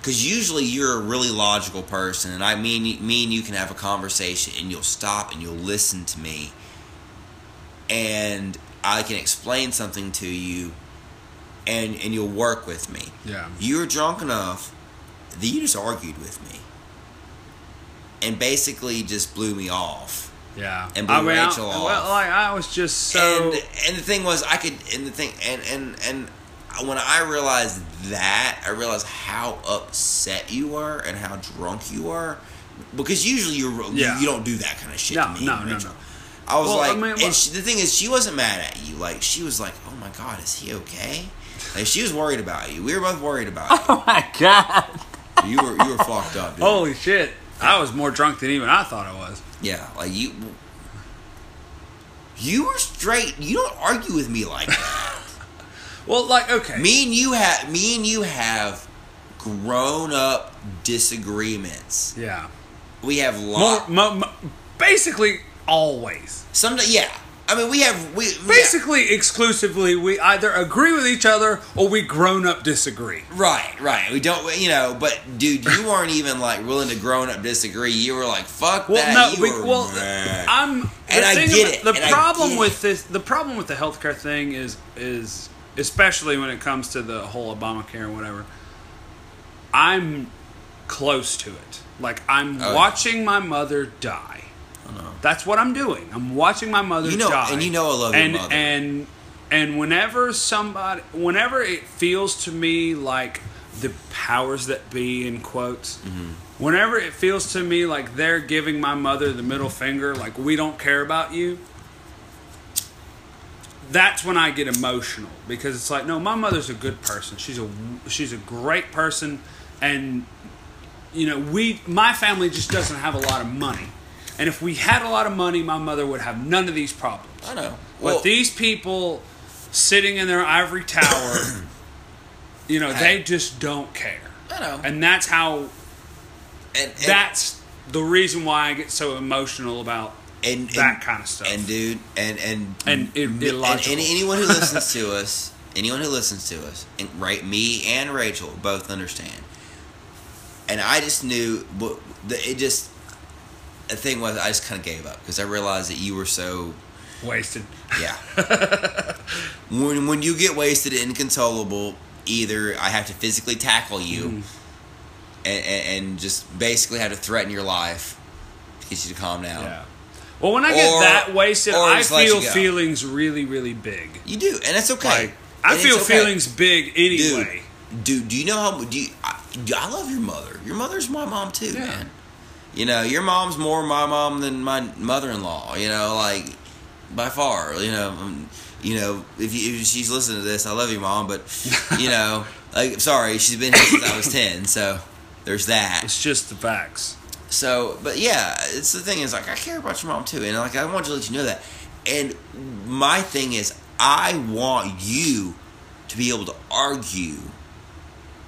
B: because usually you're a really logical person, and I mean, me and you can have a conversation, and you'll stop and you'll listen to me, and I can explain something to you, and and you'll work with me.
A: Yeah.
B: you were drunk enough that you just argued with me, and basically just blew me off.
A: yeah.
B: and blew
A: I mean, I-
B: Rachel off.
A: well, like I was just so
B: and and the thing was, I could. And the thing, and and and when I realized that, I realized how upset you were and how drunk you were, because usually you're you-
A: Yeah.
B: you, don't do that kind of shit.
A: No,
B: to me,
A: no, no,
B: Rachel.
A: no.
B: I was
A: Well, I
B: like,
A: mean, well-
B: and she, the thing is, she wasn't mad at you. Like she was like, oh my god, is he okay? Like she was worried about you. We were both worried about
A: Oh my god!
B: you. you were you were fucked up. Dude.
A: Holy shit! I was more drunk than even I thought I was.
B: Yeah, like you. You were straight. You don't argue with me like that.
A: Well, like okay,
B: Me and you have me and you have grown up disagreements.
A: yeah.
B: We have
A: Mo-
B: lot.
A: mo- mo- basically, always.
B: Some yeah. I mean, we have we yeah.
A: Basically, exclusively, we either agree with each other or we grown up disagree.
B: Right, right. We don't, you know. But dude, you weren't even like willing to grown up disagree. You were like, "Fuck
A: Well,
B: that."
A: no,
B: you
A: we,
B: were
A: well,
B: mad.
A: I'm. the
B: And I
A: thing
B: get
A: about-
B: it,
A: The
B: and I
A: problem
B: get it.
A: with this, the problem with the healthcare thing is, is especially when it comes to the whole Obamacare and whatever. I'm close to it. Like I'm
B: yeah.
A: watching my mother die. That's what I'm doing. I'm watching my mother
B: You know-
A: die.
B: and you know I love your
A: And-
B: mother.
A: And and whenever somebody, whenever it feels to me like the powers that be in quotes,
B: Mm-hmm.
A: whenever it feels to me like they're giving my mother the middle finger, like we don't care about you. That's when I get emotional because it's like, no, my mother's a good person. She's a she's a great person, and you know, we my family just doesn't have a lot of money. And if we had a lot of money, my mother would have none of these problems.
B: I know. Well-
A: but these people sitting in their ivory tower, you know, they just don't care.
B: I know.
A: And that's how
B: and, and-
A: that's the reason why I get so emotional about
B: and, and
A: that kind of stuff.
B: And dude, and and
A: And i-
B: and,
A: illogical.
B: any- anyone who listens to us, anyone who listens to us, and right, me and Rachel both understand. And I just knew, but the, it just the thing was, I just kind of gave up because I realized that you were so
A: wasted.
B: yeah. when when you get wasted and inconsolable, either I have to physically tackle you,
A: Mm-hmm.
B: and, and and just basically have to threaten your life to get you to calm down.
A: Yeah. Well, when I get
B: Or-
A: that wasted,
B: or
A: I
B: just let
A: feel
B: you go.
A: feelings really, really big.
B: You do, and it's okay.
A: Like I
B: And
A: feel
B: it's okay.
A: feelings big
B: dude.
A: anyway.
B: Dude, do you know how? Do you, I, do- I love your mother. Your mother's my mom too,
A: Yeah.
B: man. You know, your mom's more my mom than my mother-in-law. You know, like by far. You know, um, you know, if, you, if she's listening to this, I love you, mom, but you know, like, sorry, she's been here since I was ten, so there's that.
A: It's just the facts.
B: So, but yeah, it's the thing is like I care about your mom too, and like I want to let you know that. And my thing is, I want you to be able to argue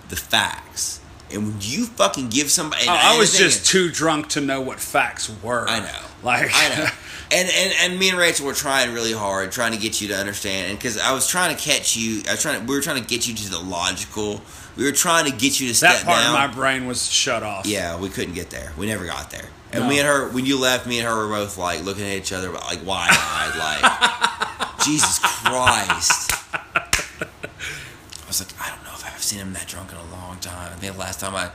B: the facts. And when you fucking give somebody, and-
A: Oh, I, I
B: and
A: was
B: the thing
A: just
B: is-
A: too drunk to know what facts were.
B: I know.
A: Like
B: I know. And, and and me and Rachel were trying really hard, trying to get you to understand, and because I was trying to catch you, I was trying. To, we were trying to get you to the logical. We were trying to get you to step
A: that part
B: down.
A: of my brain was shut off.
B: yeah, we couldn't get there. We never got there. And
A: No.
B: me and her, when you left, me and her were both like looking at each other, like wide eyed, like Jesus Christ. I was like, I don't know if I've seen him that drunk in a long time. I think the last time I, I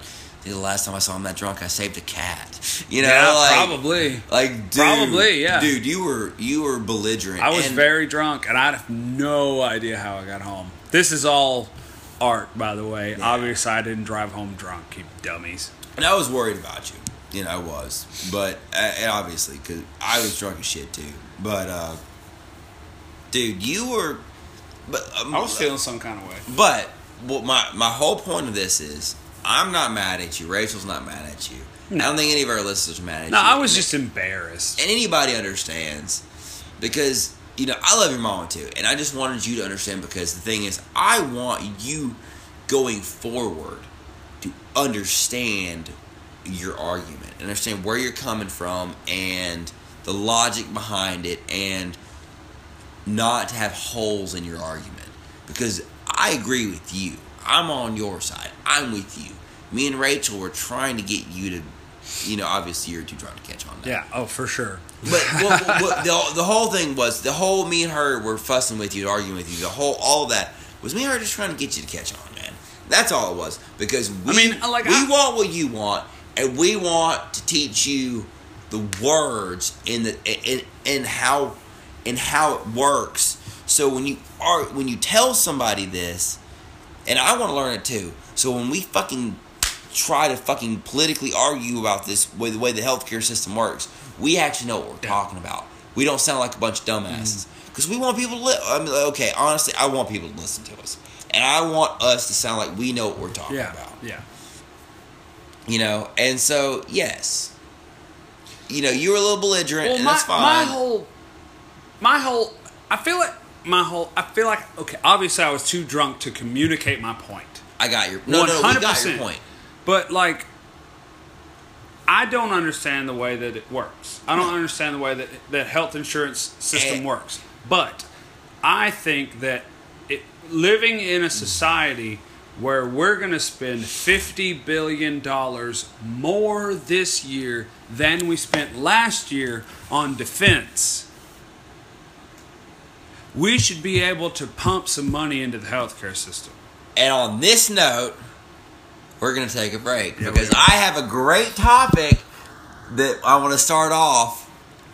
B: think the last time I saw him that drunk, I saved a cat. You know,
A: Yeah,
B: like,
A: probably.
B: like dude,
A: Probably, yeah.
B: Dude, you were you were belligerent.
A: I was
B: and-
A: very drunk, and I have no idea how I got home. This is all art, by the way. Obviously, I didn't drive home drunk, you dummies.
B: and I was worried about you. You know, I was, but uh, and obviously because I was drunk as shit too. But uh, dude, you were. But um,
A: I was feeling some kind of way.
B: But well, my my whole point of this is, I'm not mad at you. Rachel's not mad at you. I don't think any of our listeners are mad at
A: Hmm. No,
B: you.
A: I was
B: And-
A: just embarrassed.
B: and anybody understands because you know I love your mom too, and I just wanted you to understand because the thing is, I want you going forward to understand your argument, understand where you're coming from, and the logic behind it, and not to have holes in your argument because I agree with you. I'm on your side. I'm with you. Me and Rachel were trying to get you to, you know, obviously you're too drunk to catch on. to that.
A: Yeah, oh, for sure.
B: But what, what, what- the, the whole thing was the whole me and her were fussing with you, arguing with you. The whole all that was me and her just trying to get you to catch on, man. That's all it was because we
A: mean, uh, like,
B: we
A: I-
B: want what you want, and we want to teach you the words in the in in how in how it works. So when you are when you tell somebody this, and I want to learn it too. So when we fucking try to fucking politically argue about this way the way the healthcare system works, we actually know what we're talking about. We don't sound like a bunch of
A: Mm.
B: dumbasses because we want people to. Li- I mean, like, okay, honestly, I want people to listen to us, and I want us to sound like we know what we're talking
A: Yeah,
B: about.
A: yeah.
B: You know, and so yes, you know, you were a little belligerent,
A: Well,
B: and
A: my,
B: that's fine.
A: my whole, my whole, I feel like my whole, I feel like okay. Obviously, I was too drunk to communicate my point.
B: I got your no, no, we got your
A: 100%.
B: point.
A: But like, I don't understand the way that it works. I don't understand the way that that health insurance system
B: And-
A: works. But I think that it, living in a society where we're going to spend fifty billion dollars more this year than we spent last year on defense. We should be able to pump some money into the healthcare system.
B: And on this note, we're going to take a break
A: we
B: because
A: are.
B: I have a great topic that I want to start off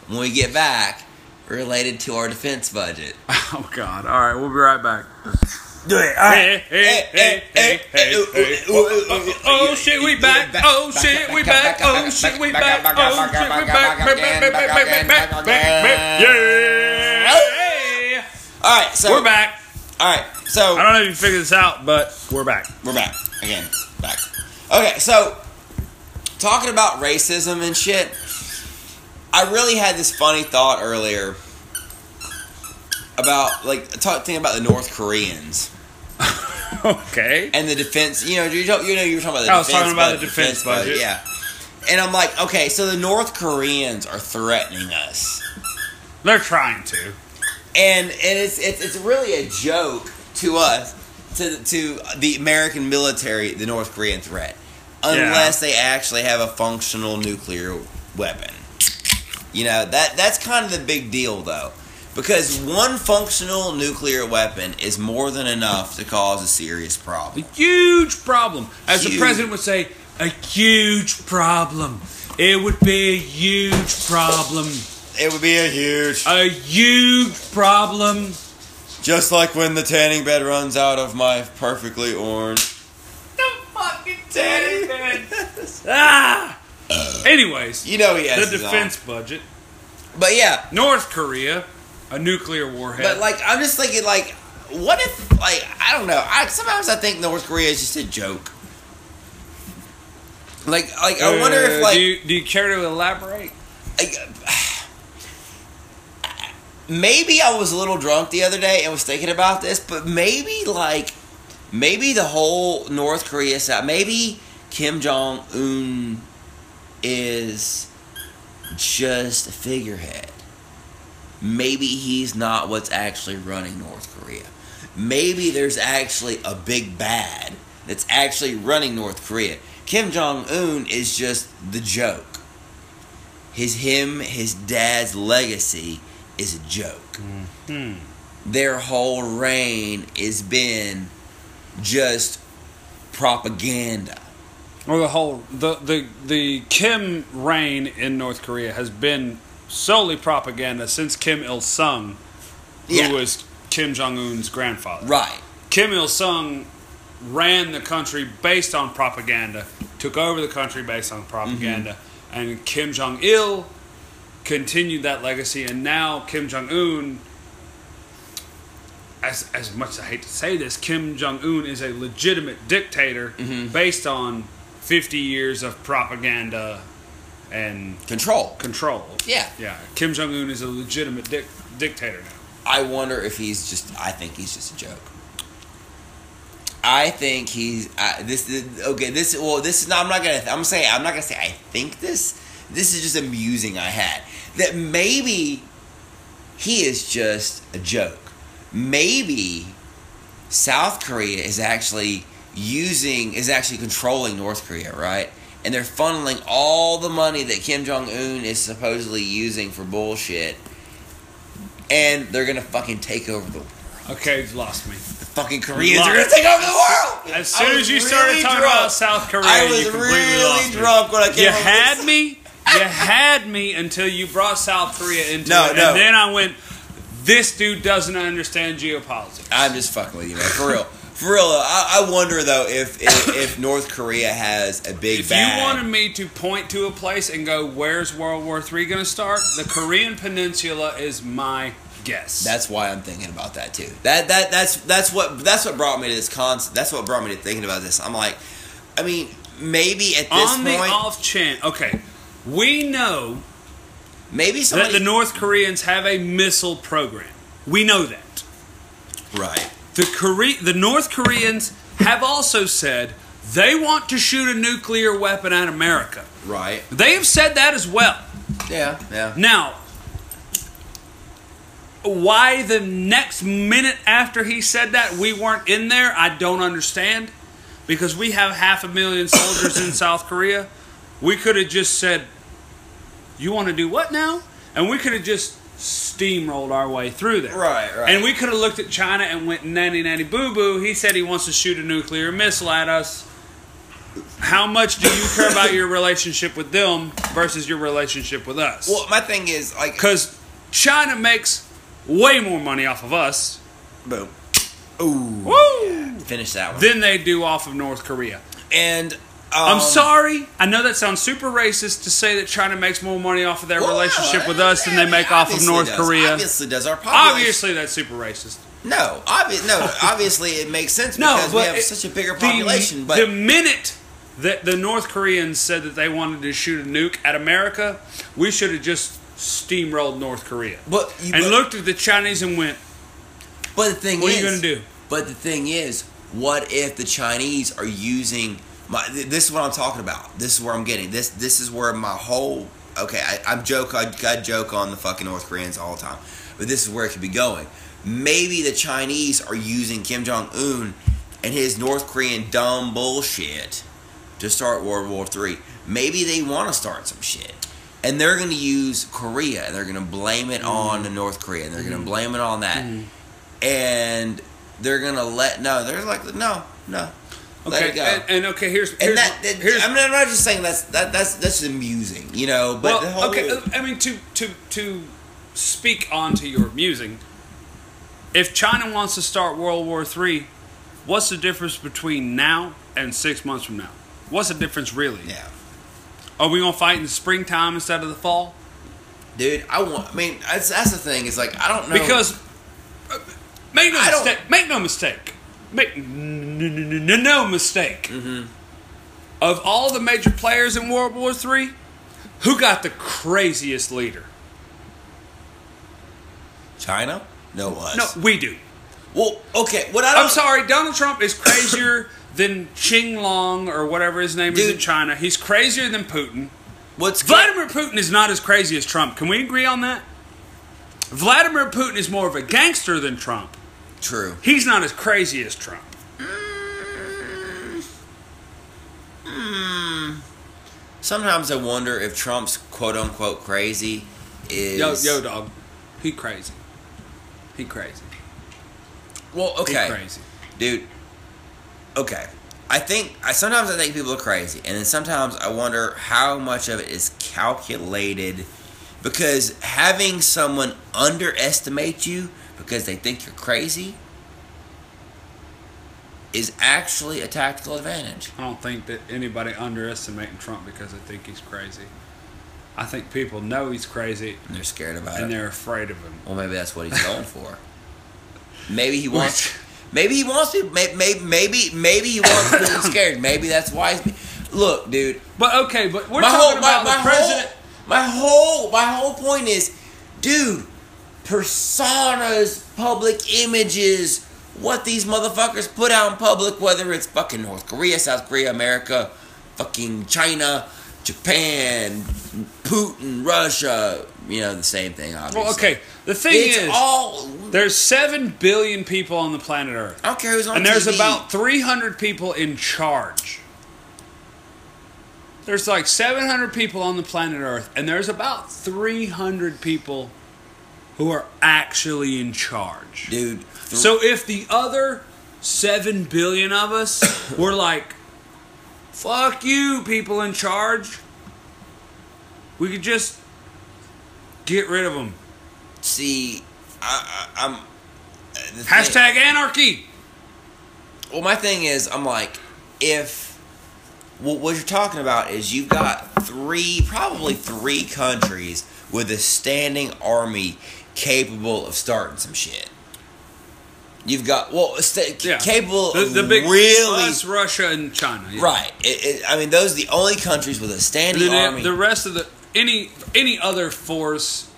B: when we get back related to our defense budget.
A: Oh God! All right, we'll be right back.
B: Do it.
A: Hey, hey, hey, hey, hey, hey. Oh, oh, oh, shit, we back. Oh, shit, we back. Oh, shit, we back. Oh, shit, we back. Back, back, back, back, back, back, back, back. Yeah.
B: All right, so
A: We're back.
B: All right, so
A: I don't know if you figured this out, but we're back.
B: we're back again. Back. Okay, so talking about racism and shit, I really had this funny thought earlier about like talking about the North Koreans
A: Okay.
B: and the defense. You know, you, don't, you know, you were talking about the
A: I was
B: defense.
A: talking about the defense budget.
B: Yeah, and I'm like, okay, so the North Koreans are threatening us.
A: They're trying to.
B: and and it's it's, it's really a joke to us to to the American military the North Korean threat unless they actually have a functional nuclear weapon. You know that that's kind of the big deal though. Because one functional nuclear weapon is more than enough to cause a serious problem.
A: Huge problem. As the
B: Huge.
A: president would say, a huge problem. It would be a huge problem.
B: It would be a huge,
A: A huge problem.
B: just like when the tanning bed runs out of my perfectly orange.
A: the fucking tanning bed. ah. Anyways,
B: You know he has
A: the
B: his own.
A: defense budget.
B: but yeah,
A: North Korea a nuclear warhead.
B: But like, I'm just thinking, like, what if, like, I don't know. I sometimes I think North Korea is just a joke. Like, like I wonder
A: Uh,
B: if, like,
A: do you, do you care to elaborate?
B: like, maybe I was a little drunk the other day and was thinking about this, but maybe like maybe the whole North Korea side, maybe Kim Jong Un is just a figurehead. Maybe he's not what's actually running North Korea. Maybe there's actually a big bad that's actually running North Korea. Kim Jong Un is just the joke his him his dad's legacy is a joke. Hmm. Their whole reign has been just propaganda.
A: Or the whole the the the Kim reign in North Korea has been solely propaganda since Kim Il Sung, who
B: Yeah.
A: was Kim Jong Un's grandfather.
B: Right.
A: Kim Il Sung ran the country based on propaganda, took over the country based on propaganda, and Kim Jong Il continued that legacy. And now Kim Jong Un, as as much as I hate to say this, Kim Jong Un is a legitimate dictator based on fifty years of propaganda and
B: Control.
A: control.
B: Yeah.
A: yeah. Kim Jong Un is a legitimate dic- dictator now.
B: I wonder if he's just I think he's just a joke. I think he's I, this is okay, this well this is not I'm not going to I'm saying I'm not going to say I think this. This is just a musing I had that maybe he is just a joke. Maybe South Korea is actually using is actually controlling North Korea, right? And they're funneling all the money that Kim Jong Un is supposedly using for bullshit, and they're gonna fucking take over the,
A: Okay, you've lost me.
B: the fucking Koreans. are gonna take over the world.
A: As
B: I
A: soon
B: was
A: as you started
B: really
A: talking
B: drunk.
A: about South Korea,
B: I was
A: you completely
B: really
A: lost me.
B: drunk when I came.
A: You
B: up with
A: had
B: this.
A: me. You had me until you brought South Korea into
B: No,
A: it,
B: no.
A: and then I went. This dude doesn't understand geopolitics.
B: I'm just fucking with you, man. For real. For real, though, I, I wonder though if, if if North Korea has a big
A: if
B: bad.
A: you wanted me to point to a place and go, "Where's World War III going to start?" The Korean Peninsula is my guess.
B: That's why I'm thinking about that too. That that that's that's what that's what brought me to this concept. That's what brought me to thinking about this. I'm like, I mean, maybe at this
A: on the
B: point,
A: off chance. Okay, we know
B: maybe
A: that
B: somebody
A: the North Koreans have a missile program. We know that.
B: right.
A: The Kore- the North Koreans have also said they want to shoot a nuclear weapon at America.
B: Right.
A: They have said that as well.
B: Yeah. Yeah.
A: Now, why the next minute after he said that we weren't in there, I don't understand. Because we have half a million soldiers in South Korea. We could have just said, You want to do what now? And we could have just steamrolled our way through there.
B: Right, right.
A: And we could have looked at China and went, Nanny, nanny, boo boo. He said he wants to shoot a nuclear missile at us. How much do you care about your relationship with them versus your relationship with us?
B: Well, my thing is like,
A: Because China makes way more money off of us
B: boom. Ooh.
A: Woo!
B: Finish that one.
A: than they do off of North Korea.
B: and um,
A: I'm sorry. I know that sounds super racist to say that China makes more money off of their
B: well,
A: relationship with us than they make off of
B: obviously
A: North
B: does.
A: Korea. Obviously.
B: Obviously, does our population?
A: that's super racist.
B: no, obvi- no. Obviously, it makes sense
A: No,
B: because
A: but
B: we have
A: it-
B: such a bigger population.
A: the,
B: but
A: the minute that the North Koreans said that they wanted to shoot a nuke at America, we should have just steamrolled North Korea
B: but you,
A: and
B: but,
A: looked at the Chinese and went,
B: But the thing
A: "What
B: is,
A: are you going to do?"
B: But the thing is, what if the Chinese are using my? th- This is what I'm talking about. This is where I'm getting this. This is where my whole okay. I, I'm joke. I, I joke on the fucking North Koreans all the time, but this is where it could be going. Maybe the Chinese are using Kim Jong Un and his North Korean dumb bullshit to start World War Three. Maybe they want to start some shit. And they're going to use Korea, and they're going to blame
A: Mm-hmm.
B: it on the North Korea, and they're going to blame it on that and they're gonna let no. They're like no, no. Let it
A: Okay,
B: go.
A: and,
B: And,
A: and okay, here's here's,
B: that, that-
A: here's
B: I mean, I'm not just saying that's that, that's that's amusing, you know. But the whole,
A: well, okay. uh, I mean, to to to speak onto your musing, if China wants to start World War Three, what's the difference between now and six months from now? What's the difference really?
B: yeah,
A: Are we gonna fight in the springtime instead of the fall?
B: dude. I want. I mean, that's, that's the thing. Is like I don't know
A: Because uh, make no
B: I don't-
A: mistake, make no mistake, make n- n- n- no mistake.
B: Mm-hmm.
A: Of all the major players in World War Three, who got the craziest leader?
B: China. No us. Oh.
A: No, we do.
B: Well, okay. What I don't.
A: I'm sorry, Donald Trump is crazier than Qing Long or whatever his name is in
B: Dude.
A: China. He's crazier than Putin.
B: What's
A: Vladimir Putin is not as crazy as Trump. Can we agree on that? Vladimir Putin is more of a gangster than Trump.
B: true?
A: He's not as crazy as Trump.
B: Sometimes I wonder if Trump's quote unquote crazy
A: Yo,
B: is
A: yo, dog. He crazy. He crazy.
B: Well,
A: He
B: Oh, okay,
A: crazy.
B: dude. Okay, I think I sometimes I think people are crazy, and then sometimes I wonder how much of it is calculated because having someone underestimate you because they think you're crazy is actually a tactical advantage.
A: I don't think that anybody underestimating Trump because they think he's crazy. I think people know he's crazy
B: And they're scared about it.
A: and they're afraid of him.
B: Well, maybe that's what he's going for. maybe he wants. Maybe he wants to. Maybe maybe maybe he wants to be scared. Maybe that's why. He's, look, dude.
A: But okay, but we're
B: My whole
A: talking
B: my,
A: about
B: my
A: the president.
B: whole my whole my whole point is, dude. Personas, public images, what these motherfuckers put out in public, whether it's fucking North Korea, South Korea, America, fucking China, Japan, Putin, Russia, you know, the same thing, obviously.
A: well, okay. The thing
B: It's
A: is,
B: all
A: there's seven billion people on the planet Earth,
B: I don't care who's on
A: and there's
B: TV.
A: about 300 people in charge. There's like 700 people on the planet Earth, and there's about 300 people who are actually in charge.
B: dude. th-
A: So if the other seven billion of us were like, "Fuck you, people in charge," we could just get rid of them.
B: see, I, I, I'm uh, the thing-
A: Hashtag anarchy.
B: well, my thing is, I'm like, if what, what you're talking about is you've got three, probably three countries with a standing army capable of starting some shit. You've got well, st-
A: Yeah,
B: capable
A: The,
B: of
A: the big
B: really
A: us, Russia and China. yeah.
B: right. It, it, I mean, those are the only countries with a
A: The,
B: standing army
A: the, the rest of the any any other force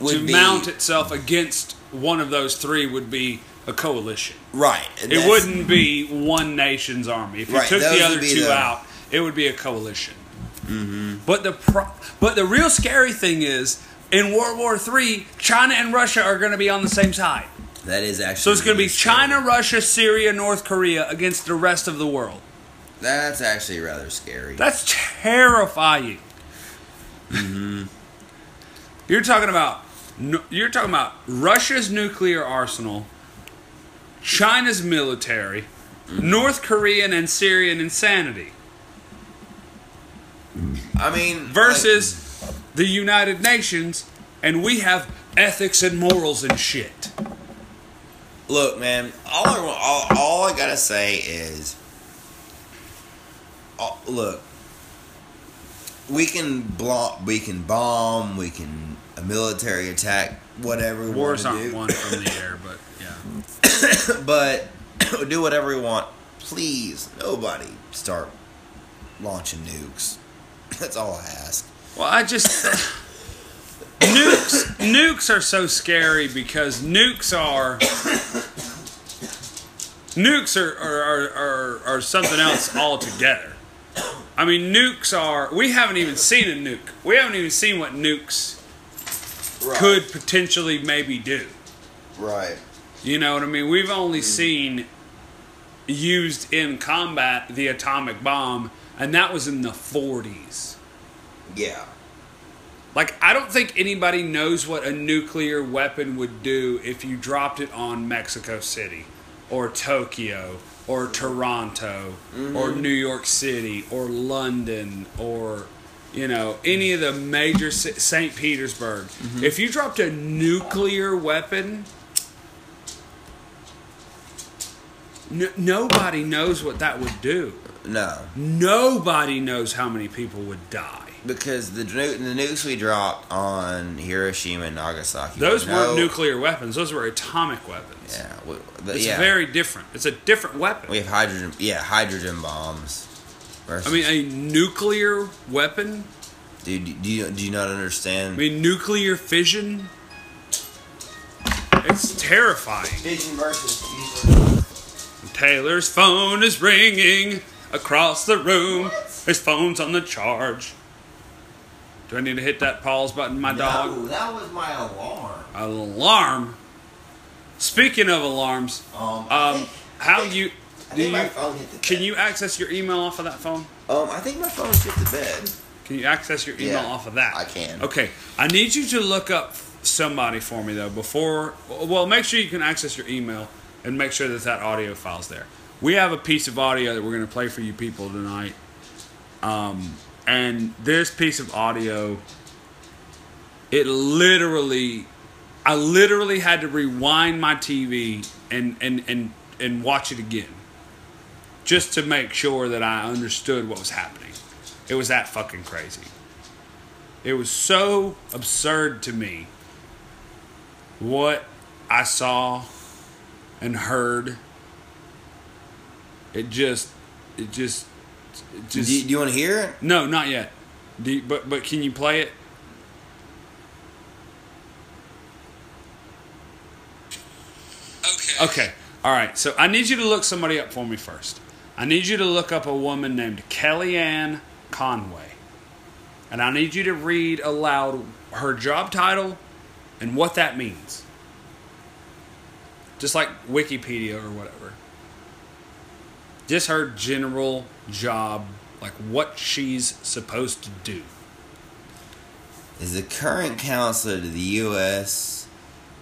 B: would
A: to
B: be
A: mount itself against one of those three would be a coalition.
B: right.
A: It wouldn't be one nation's army. If you
B: Right,
A: took
B: those
A: the other
B: would be
A: two
B: the- Mm-hmm.
A: out, it would be a coalition. But the pro- but the real scary thing is in World War III, China and Russia are going to be on the same side.
B: That is actually
A: So it's going to be
B: really scary.
A: China, Russia, Syria, North Korea against the rest of the world.
B: That's actually rather scary.
A: That's terrifying. Mm-hmm. You're talking about nu- you're talking about Russia's nuclear arsenal, China's military, North Korean and Syrian insanity
B: I mean,
A: versus the United Nations, and we have ethics and morals and shit.
B: like, look, man. All I wa- all, all I gotta say is, all- look, we can blo- we can bomb, we can a military attack, whatever we want
A: Wars
B: to
A: aren't
B: do,
A: won from the air, but yeah.
B: but do whatever we want. Please, nobody start launching nukes. That's all I ask.
A: Well, I just nukes. Nukes are so scary because nukes are nukes are are, are, are are something else altogether. I mean, nukes are. We haven't even seen a nuke. We haven't even seen what nukes
B: Right,
A: could potentially maybe do.
B: right,
A: You know what I mean? We've only seen used in combat the atomic bomb, and that was in the 40s.
B: yeah.
A: Like, I don't think anybody knows what a nuclear weapon would do if you dropped it on Mexico City or Tokyo or Toronto or New York City or London or, you know, any of the major ci- St. Petersburg. If you dropped a nuclear weapon, n- nobody knows what that would do.
B: No,
A: Nobody knows how many people would die.
B: because the nu- the nukes we dropped on Hiroshima and Nagasaki.
A: Those
B: were
A: weren't
B: no-
A: nuclear weapons. Those were atomic weapons.
B: Yeah, we, the,
A: It's
B: yeah.
A: very different. It's a different weapon.
B: we have hydrogen. Yeah, hydrogen bombs. Versus,
A: I mean, a nuclear weapon.
B: dude, do you do you not understand?
A: I mean, nuclear fission. It's terrifying.
B: Vision versus
A: Taylor's phone is ringing across the room. His phone's on the charge. Do I need to hit that pause button, my dog?
B: that was my alarm.
A: Alarm. Speaking of alarms,
B: Um,
A: um, how you do you
B: phone hit the
A: can you access your email off of that phone?
B: Um, I think my phone hit the bed.
A: Can you access your email
B: Yeah,
A: off of that?
B: I can.
A: Okay, I need you to look up somebody for me though. Before, well, make sure you can access your email and make sure that that audio file's there. We have a piece of audio that we're going to play for you people tonight, um, and this piece of audio, it literally, I literally had to rewind my TV and and and and watch it again, just to make sure that I understood what was happening. It was that fucking crazy. It was so absurd to me what I saw and heard. It just, it just, it
B: Do,
A: just.
B: you- do you want to hear it?
A: no, not yet. Do you, but but can you play it?
C: Okay.
A: Okay. All right. So I need you to look somebody up for me first. I need you to look up a woman named Kellyanne Conway. And I need you to read aloud her job title and what that means. Just like Wikipedia or whatever. Just her general job, like what she's supposed to do.
B: Is the current counselor to the U.S.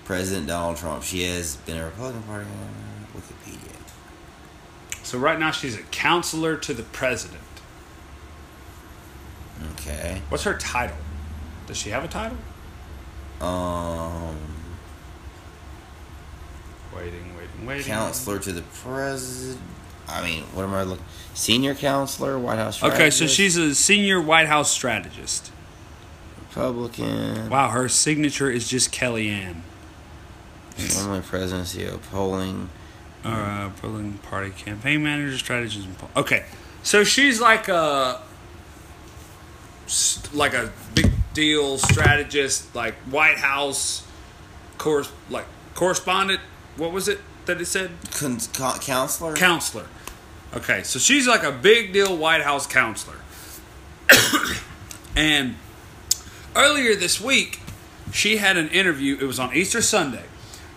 B: President Donald Trump? She has been a Republican Party. Wikipedia.
A: So right now she's a counselor to the president.
B: Okay.
A: What's her title? Does she have a title?
B: Um,
A: Waiting, waiting, waiting.
B: counselor to the president. I mean, what am I looking? Senior counselor, White House.
A: Okay, so
B: strategist,
A: she's a senior White House strategist.
B: Republican.
A: Wow, her signature is just Kellyanne.
B: Former presidency of polling.
A: Uh, Berlin Party campaign manager, strategist. And pol- okay, so she's like a s- like a big deal strategist, like White House cor- like correspondent. What was it that it said?
B: Con- co- counselor.
A: counselor. Okay, so she's like a big deal White House counselor. and earlier this week, she had an interview. It was on Easter Sunday.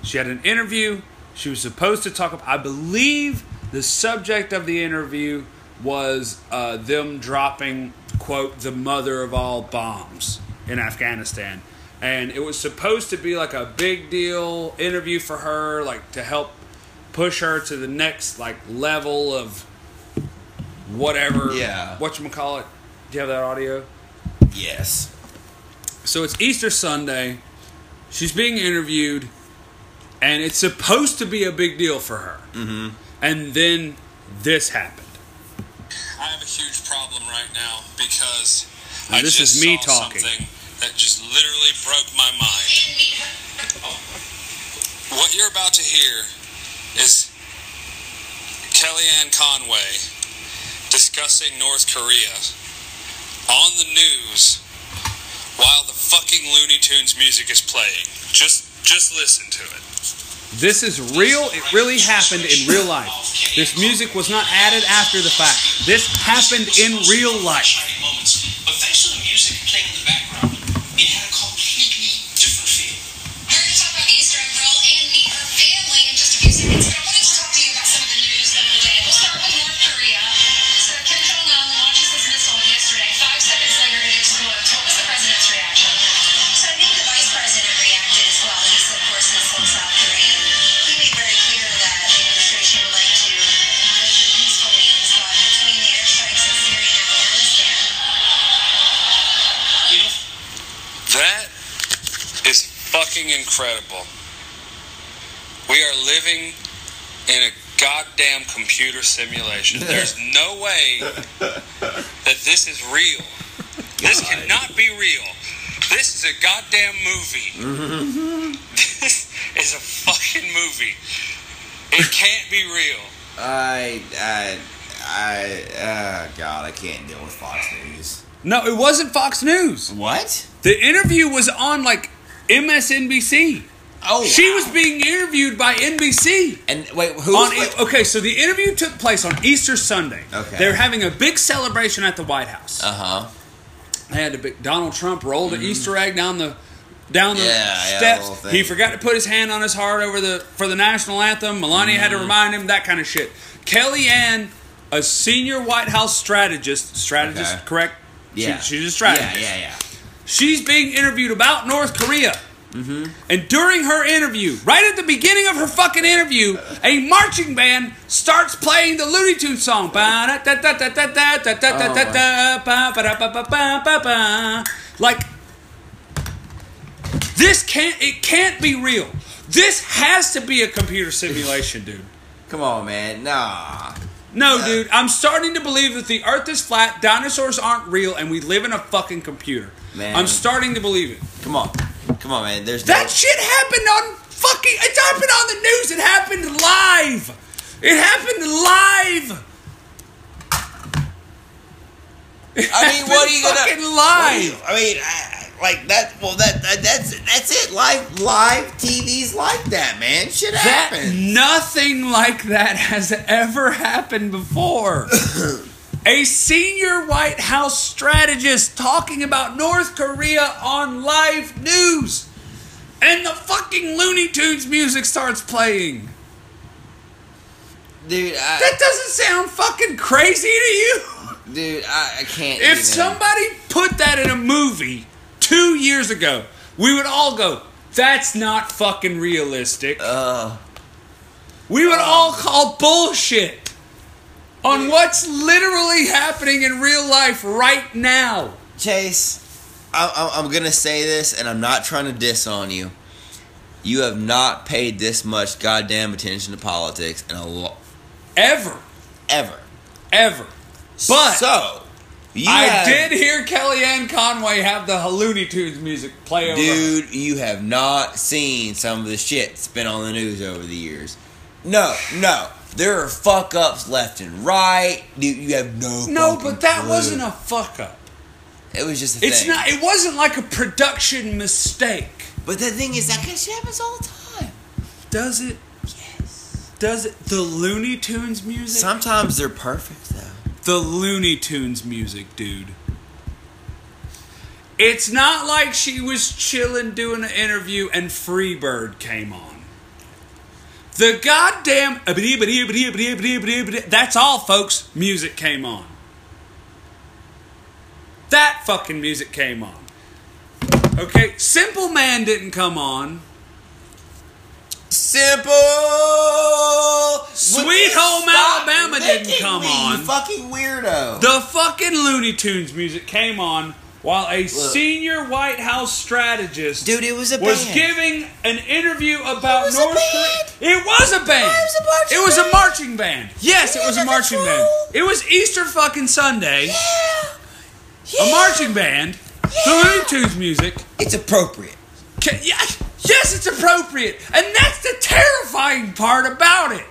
A: She had an interview. She was supposed to talk about, I believe the subject of the interview was uh, them dropping, quote, the mother of all bombs in Afghanistan. And it was supposed to be like a big deal interview for her, like to help push her to the next like level of whatever.
B: Yeah.
A: What you call it? Do you have that audio?
B: yes.
A: So it's Easter Sunday. She's being interviewed, and it's supposed to be a big deal for her. Mm-hmm. And then this happened.
C: I have a huge problem right now because
A: Now,
C: I
A: this
C: just
A: is me
C: saw
A: talking.
C: something that just literally broke my mind. What you're about to hear is Kellyanne Conway discussing North Korea on the news while the fucking Looney Tunes music is playing. Just just listen to it.
A: This is real. It really happened in real life. This music was not added after the fact. This happened in real life.
D: Shining moments, but thanks to the music playing in the background, it had a completely different feel.
E: We're going to talk about Easter and Brill and meet her family in just a few seconds. But I wanted to talk to you about some of the news of the day. We'll start with North Korea. So Kim Jong Un launches his missile yesterday. Five seconds later, it explodes. What was the president's reaction?
F: So I think the vice president reacted as well. He's of course missiles South Korean. He made very clear that the administration would like to measure peacefully in this spot between the airstrikes in Syria and Afghanistan.
D: You know,
C: That is fucking incredible. We are living in a goddamn computer simulation. There's no way that this is real. This
B: God.
C: cannot be real. This is a goddamn movie. this is a fucking movie. It can't be real.
B: I, I, I, uh, God, I can't deal with Fox News.
A: No, it wasn't Fox News.
B: What?
A: The interview was on like MSNBC.
B: Oh,
A: She
B: wow.
A: was being interviewed by NBC.
B: And wait, who?
A: on
B: was,
A: okay, so the interview took place on Easter Sunday.
B: Okay.
A: They're having a big celebration at the White
C: Uh-huh.
A: House.
B: uh huh.
A: They had a big Donald Trump rolled an Easter egg down the down the
B: Mm-hmm. Yeah, yeah, the whole
A: steps.
B: thing.
A: he forgot to put his hand on his heart over the for the national anthem. Melania
B: Mm-hmm.
A: had to remind him that kind of shit. Kellyanne, a senior White House strategist, strategist,
B: Okay.
A: correct?
B: Yeah.
A: She, she's a strategist.
B: Yeah, yeah, yeah.
A: She's being interviewed about North Korea. And during her interview, right at the beginning of her fucking interview, a marching band starts playing the Looney Tunes song. Like, this can't, it can't be real. This has to be a computer simulation, dude.
B: Come on, man. Nah.
A: No, dude, I'm starting to believe that the earth is flat, dinosaurs aren't real, and we live in a fucking computer.
B: Man.
A: I'm starting to believe it.
B: Come on. Come on, man. There's
A: That shit happened on fucking. It happened on the news. It happened live. It happened live.
B: No, I mean, what are you gonna?
A: fucking
B: what are you-
A: live?
B: I mean, I, I- like that. Well, that, that that's that's it. Live live TV's like that, man. Shit
A: That
B: happens.
A: nothing like that has ever happened before. A senior White House strategist talking about North Korea on live news, and the fucking Looney Tunes music starts playing.
B: Dude, I,
A: That doesn't sound fucking crazy to you?
B: dude, I, I can't. even-
A: If somebody put that in a movie two years ago, we would all go, that's not fucking realistic.
B: Uh,
A: we would all call bullshit on what's literally happening in real life right now.
B: Chase, I, I, I'm gonna say this, and I'm not trying to diss on you. You have not paid this much goddamn attention to politics in a lo-
A: Ever.
B: ever.
A: Ever. But
B: so, you
A: I
B: have-
A: did hear Kellyanne Conway have the Looney Tunes music play over. her.
B: Dude, you have not seen some of the shit that's been on the news over the years. No, no. There are fuck ups left and right. Dude, you have no
A: No,
B: fucking
A: but that
B: clue.
A: wasn't a fuck up.
B: It was just a
A: It's
B: thing.
A: not it wasn't like a production mistake.
B: But the thing is, that kind of shit happens all the time.
A: Does it? Yes. Does it? The Looney Tunes music?
B: Sometimes they're perfect, though.
A: the Looney Tunes music, dude. It's not like she was chilling doing an interview and Freebird came on. The goddamn. That's all, folks. Music came on. That fucking music came on. Okay? Simple Man didn't come on.
B: Simple!
A: Sweet Home
B: Stop
A: Alabama didn't
B: licking
A: come
B: me,
A: on.
B: You fucking weirdo.
A: The fucking Looney Tunes music came on while a senior White House strategist
B: Dude, it was a
A: was
B: band.
A: giving an interview about
B: It was a
A: North
B: band.
A: Korea. It was a band.
B: It was a marching
A: It was
B: band.
A: a marching band. Yes, it was a
B: Yeah,
A: marching
B: that's
A: band.
B: right.
A: It was Easter fucking Sunday. A
B: Yeah.
A: marching band.
B: Yeah.
A: The Looney Tunes music.
B: It's appropriate.
A: Ca- yeah, Yes, it's appropriate. And that's the terrifying part about it.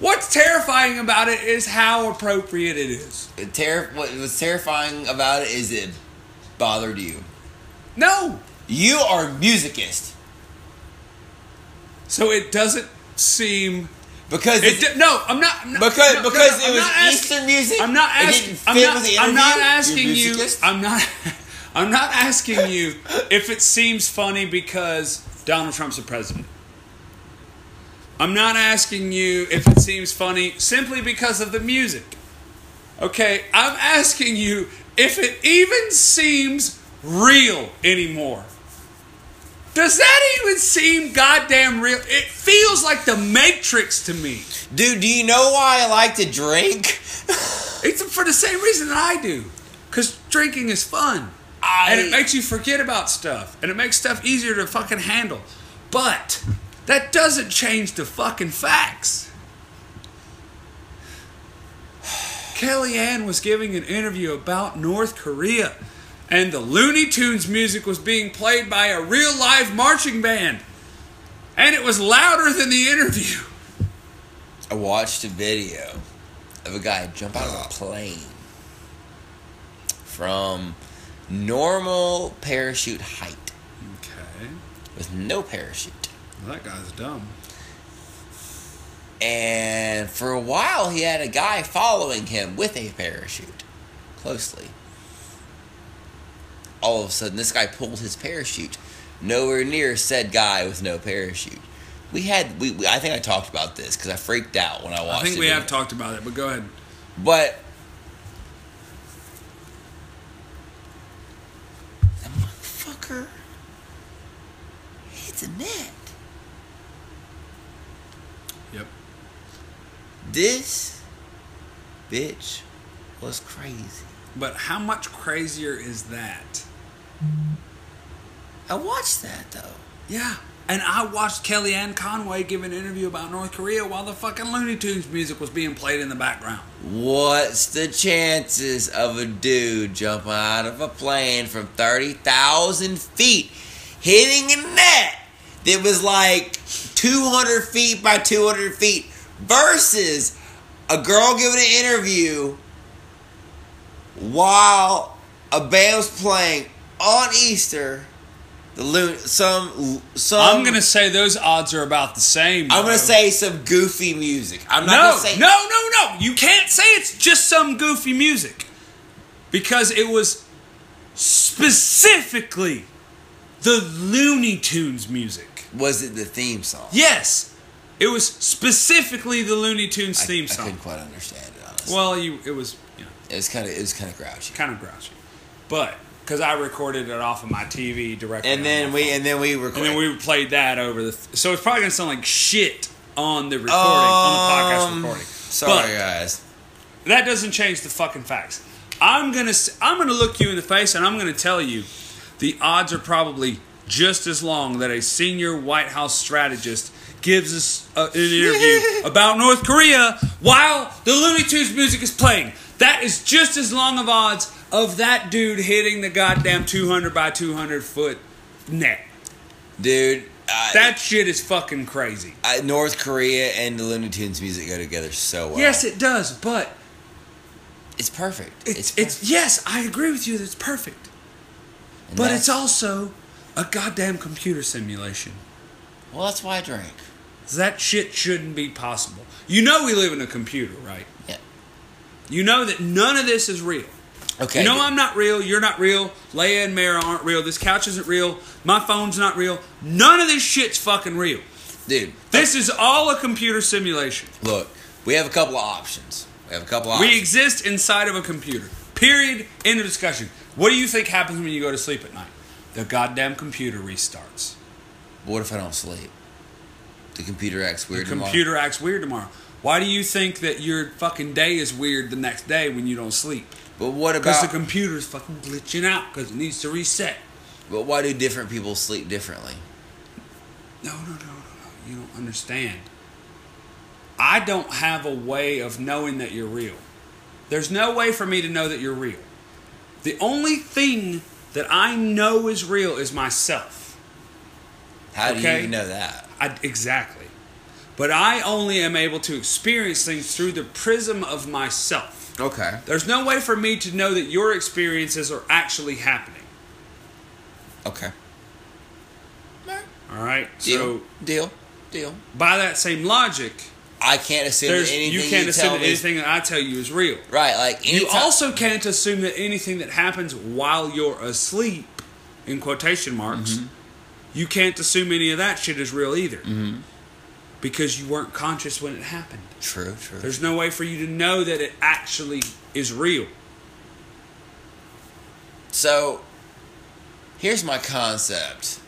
A: What's terrifying about it is how appropriate it is.
B: The Terri- what was terrifying about it is it bothered you.
A: No,
B: You are a musicist.
A: So it doesn't seem.
B: Because
A: It
B: it's
A: di- no, I'm not. I'm not-
B: Because-
A: no, no,
B: because
A: no,
B: it
A: I'm
B: was
A: not asking-
B: Eastern music,
A: I'm not
B: it
A: asking.
B: didn't fit
A: I'm not,
B: with the
A: I'm not
B: interview,
A: asking
B: you're
A: you.
B: musicist?
A: I'm not. I'm not asking you if it seems funny because Donald Trump's the president. I'm not asking you if it seems funny simply because of the music. Okay, I'm asking you if it even seems real anymore. Does that even seem goddamn real? It feels like the Matrix to me.
B: dude. Do you know why I like to drink?
A: It's for the same reason that I do. Because drinking is fun.
B: I
A: and it makes you forget about stuff. And it makes stuff easier to fucking handle. But that doesn't change the fucking facts. Kellyanne was giving an interview about North Korea. and the Looney Tunes music was being played by a real live marching band. And it was louder than the interview.
B: I watched a video of a guy jump out of a plane from normal parachute height
A: Okay.
B: with no parachute.
A: Well, that guy's dumb.
B: And for a while, he had a guy following him with a parachute closely. All of a sudden, this guy pulled his parachute nowhere near said guy with no parachute. We had, we, we I think I talked about this because I freaked out when I watched
A: I think
B: it.
A: we have talked about it, but go ahead.
B: But the motherfucker hits a net.
A: Yep.
B: This bitch was crazy.
A: But how much crazier is that?
B: I watched that though.
A: Yeah. And I watched Kellyanne Conway give an interview about North Korea while the fucking Looney Tunes music was being played in the background.
B: What's the chances of a dude jumping out of a plane from 30,000 feet hitting a net that was like 200 feet by 200 feet versus a girl giving an interview while a band was playing on Easter? The loon, some, some.
A: I'm gonna say those odds are about the same.
B: Um, I'm gonna
A: though.
B: say some goofy music. I'm not
A: no,
B: gonna say
A: no, no, no. You can't say it's just some goofy music because it was specifically the Looney Tunes music.
B: Was it the theme song?
A: Yes, it was specifically the Looney Tunes
B: I-
A: theme
B: I
A: song.
B: couldn't quite understand it honestly.
A: well, you it was you know,
B: it was kind of it was kind of grouchy.
A: kind of grouchy, but because I recorded it off of my TV directly,
B: And
A: on
B: then
A: my
B: we
A: phone.
B: and then we recorded.
A: and then we played that over the. Th- so it's probably gonna sound like shit on the recording on the podcast
B: Um,
A: recording.
B: Sorry
A: But-
B: guys.
A: That doesn't change the fucking facts. I'm gonna s- I'm gonna look you in the face and I'm gonna tell you, the odds are probably just as long that a senior White House strategist gives us a, an interview about North Korea while the Looney Tunes music is playing. That is just as long of odds of that dude hitting the goddamn 200 by 200 foot net.
B: Dude, I,
A: That shit is fucking crazy.
B: I- North Korea and the Looney Tunes music go together so well.
A: Yes, it does, but
B: it's perfect.
A: it's, it's yes, I agree with you. That it's perfect.
B: perfect. And
A: But
B: that's-
A: it's also a goddamn computer simulation.
B: well. That's why I drank.
A: That shit shouldn't be possible. You know we live in a computer, right?
B: Yeah.
A: You know that none of this is real.
B: Okay.
A: You know I'm not real. You're not real. Leia and Mara aren't real. This couch isn't real. My phone's not real. None of this shit's fucking real.
B: dude.
A: This is all a computer simulation.
B: Look, we have a couple of options. We have a couple of
A: We
B: options.
A: exist inside of a computer. Period. End of discussion. What do you think happens when you go to sleep at night? The goddamn computer restarts.
B: What if I don't sleep? The computer acts weird.
A: The
B: tomorrow.
A: computer acts weird tomorrow. Why do you think that your fucking day is weird the next day when you don't sleep?
B: But what
A: Because
B: about?
A: the computer's fucking glitching out because it needs to reset.
B: but why do different people sleep differently?
A: No, no, no, no, no. You don't understand. I don't have a way of knowing that you're real. There's no way for me to know that you're real. The only thing that I know is real is myself.
B: How do you
A: Okay.
B: even know that?
A: I, exactly. But I only am able to experience things through the prism of myself.
B: Okay.
A: There's no way for me to know that your experiences are actually happening.
B: Okay.
A: All right.
B: Deal.
A: So
B: deal. Deal.
A: by that same logic,
B: I can't assume that
A: there's
B: anything
A: you
B: you
A: can't assume
B: tell
A: that
B: me.
A: anything that I tell you is real.
B: Right. Like
A: You
B: anytime-
A: also can't assume that anything that happens while you're asleep, in quotation marks,
B: Mm-hmm.
A: you can't assume any of that shit is real either,
B: Mm-hmm.
A: because you weren't conscious when it happened.
B: True. True.
A: There's no way for you to know that it actually is real.
B: So, here's my concept.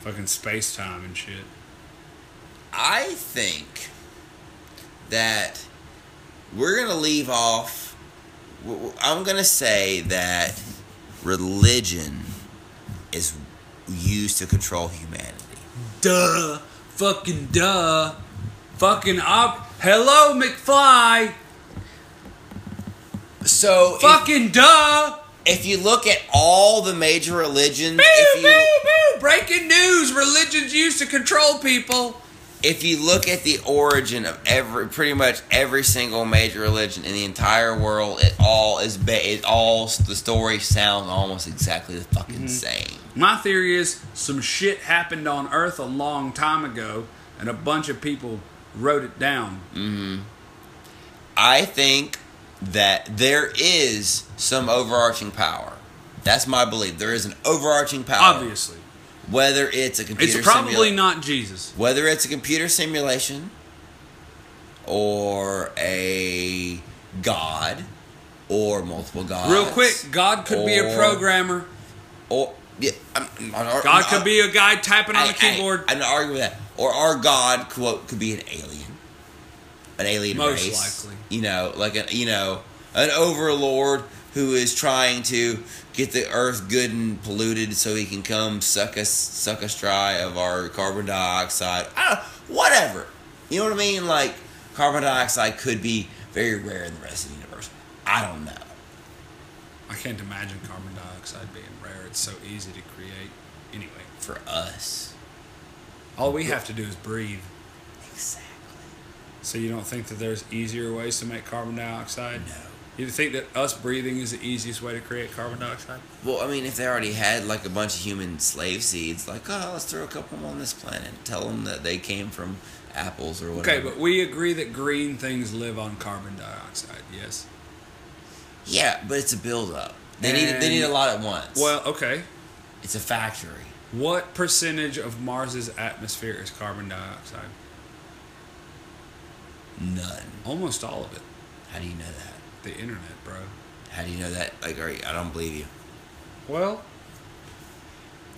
A: Fucking space time and shit.
B: I think that we're going to leave off. w- w- I'm going to say that religion is used to control humanity.
A: duh, fucking duh, fucking up. Hello, McFly.
B: So if,
A: Fucking duh.
B: if you look at all the major religions,
A: Boo,
B: if
A: boo,
B: you
A: boo. Breaking news. Religion's used to control people.
B: if you look at the origin of every pretty much every single major religion in the entire world, it all is ba- it all the story sounds almost exactly the fucking
A: Mm-hmm.
B: same.
A: My theory is some shit happened on Earth a long time ago, and a bunch of people wrote it down.
B: I think that there is some overarching power. That's my belief. There is an overarching power.
A: Obviously,
B: Whether it's a computer
A: it's probably
B: simula-
A: not Jesus.
B: whether it's a computer simulation or a god or multiple gods.
A: Real quick, God could be a
B: Or-
A: programmer.
B: Or yeah, I'm, I'm not-
A: God
B: I'm-
A: could be a guy tapping on
B: Hey,
A: a
B: hey,
A: keyboard.
B: I'm not arguing with that. Or our God quote could be an alien, an alien
A: Most
B: race.
A: likely.
B: you know, like an you know an overlord who is trying to get the earth good and polluted so he can come suck us suck us dry of our carbon dioxide. I don't, whatever. You know what I mean? Like carbon dioxide could be very rare in the rest of the universe. I don't know.
A: I can't imagine carbon dioxide being rare. It's so easy to create. Anyway,
B: For us,
A: all we have to do is breathe.
B: exactly.
A: So you don't think that there's easier ways to make carbon dioxide?
B: No.
A: You think that us breathing is the easiest way to create carbon dioxide?
B: Well, I mean, if they already had like a bunch of human slave seeds, like, oh, let's throw a couple on this planet. Tell them that they came from apples or
A: Okay,
B: whatever.
A: but we agree that green things live on carbon dioxide. Yes.
B: yeah, but it's a buildup. They need they need a
A: And-
B: lot at once.
A: Well, okay.
B: it's a factory.
A: What percentage of Mars's atmosphere is carbon dioxide?
B: None.
A: Almost all of it.
B: How do you know that?
A: The internet, bro.
B: How do you know that? Like, are you, I don't believe you.
A: Well,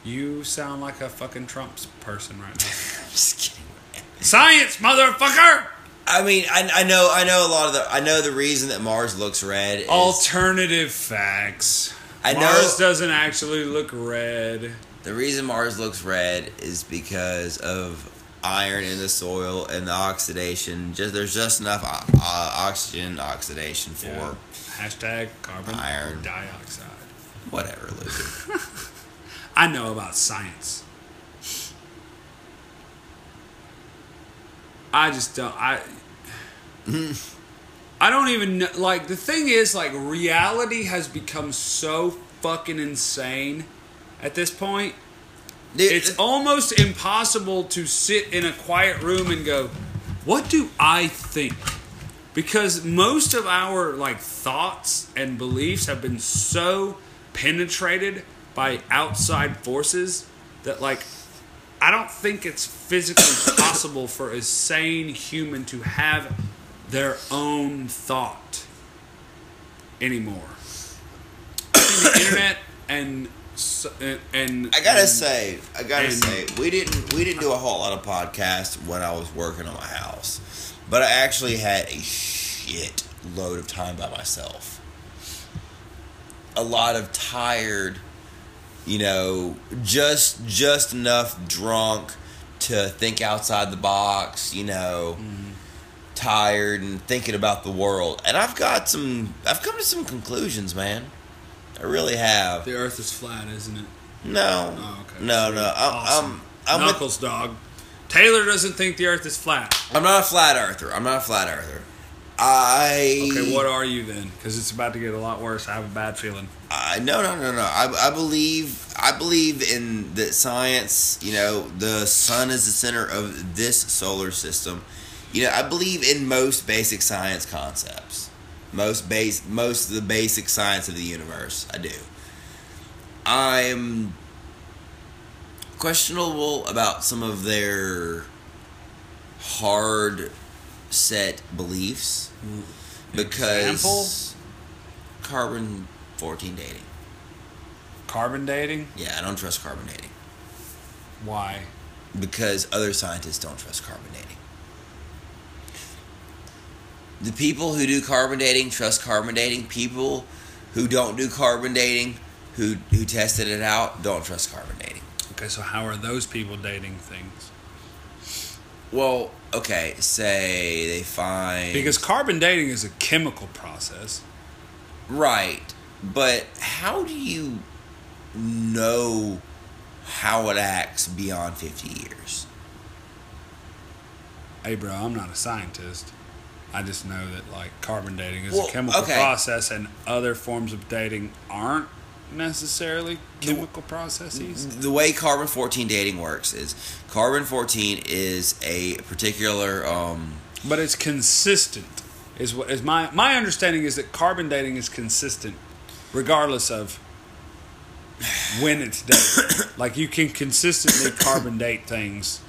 A: you sound like a fucking Trump person right now.
B: I'm just kidding.
A: Science, motherfucker!
B: I mean, I, I know I know a lot of the I know the reason that Mars looks red. Is,
A: Alternative facts.
B: I know-
A: Mars doesn't actually look red.
B: The reason Mars looks red is because of iron in the soil and the oxidation. Just there's just enough o- uh, oxygen oxidation for
A: Yeah. Hashtag carbon
B: Iron.
A: dioxide.
B: whatever, Luke.
A: I know about science. I just don't. I. I don't even know. Like, the thing is, like, reality has become so fucking insane at this point.
B: Dude,
A: It's almost impossible to sit in a quiet room and go, "What do I think?" Because most of our like thoughts and beliefs have been so penetrated by outside forces that like I don't think it's physically possible for a sane human to have their own thought anymore. the internet and s- and, and
B: I gotta
A: and-
B: say, I gotta
A: and-
B: say, we didn't we didn't do a whole lot of podcasts when I was working on my house, but I actually had a shit load of time by myself. A lot of tired, you know, just just enough drunk to think outside the box, you know. Tired and thinking about the world, and I've got some. I've come to some conclusions, man. I really have.
A: The Earth is flat, isn't it?
B: No.
A: Oh, okay.
B: No, no. I'm,
A: Awesome.
B: I'm, I'm, with-
A: Knuckles, dog. Taylor doesn't think the Earth is flat.
B: I'm not a flat earther. I'm not a flat earther. I.
A: Okay, what are you then? Because it's about to get a lot worse. I have a bad feeling.
B: I, no, no, no, no. I, I believe I believe in that science. You know, the sun is the center of this solar system. You know, I believe in most basic science concepts. Most base, most of the basic science of the universe. I do. I'm questionable about some of their hard set beliefs because
A: Example?
B: carbon 14 dating.
A: Carbon dating?
B: Yeah, I don't trust carbon dating
A: Why?
B: because other scientists don't trust carbon dating. The people who do carbon dating trust carbon dating. People who don't do carbon dating, who who tested it out, don't trust carbon dating.
A: Okay, so how are those people dating things?
B: Well, okay, say they find
A: Because carbon dating is a chemical process.
B: Right. But how do you know how it acts beyond 50 years?
A: Hey, bro, I'm not a scientist. I just know that like carbon dating is
B: Well,
A: a chemical
B: okay.
A: process, and other forms of dating aren't necessarily chemical processes.
B: The way carbon 14 dating works is carbon 14 is a particular um
A: But it's consistent. Is what is my my understanding is that carbon dating is consistent, regardless of when it's dated. like you can consistently carbon date things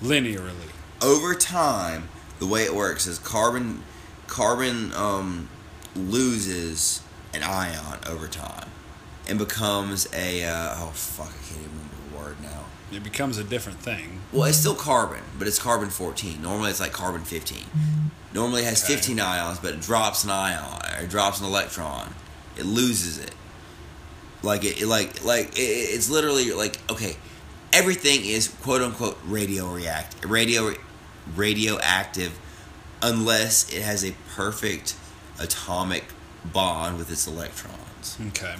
A: linearly.
B: over time the way it works is carbon carbon um loses an ion over time and becomes a uh, oh fuck I can't even remember the word now.
A: It becomes a different thing.
B: Well, it's still carbon, but it's carbon 14. Normally, it's like carbon 15. Normally, it has 15 ions, but it drops an ion or it drops an electron. It loses it. Like it, it- like like it, it- it's literally like okay, everything is quote unquote radio react radio radioactive unless it has a perfect atomic bond with its electrons.
A: Okay.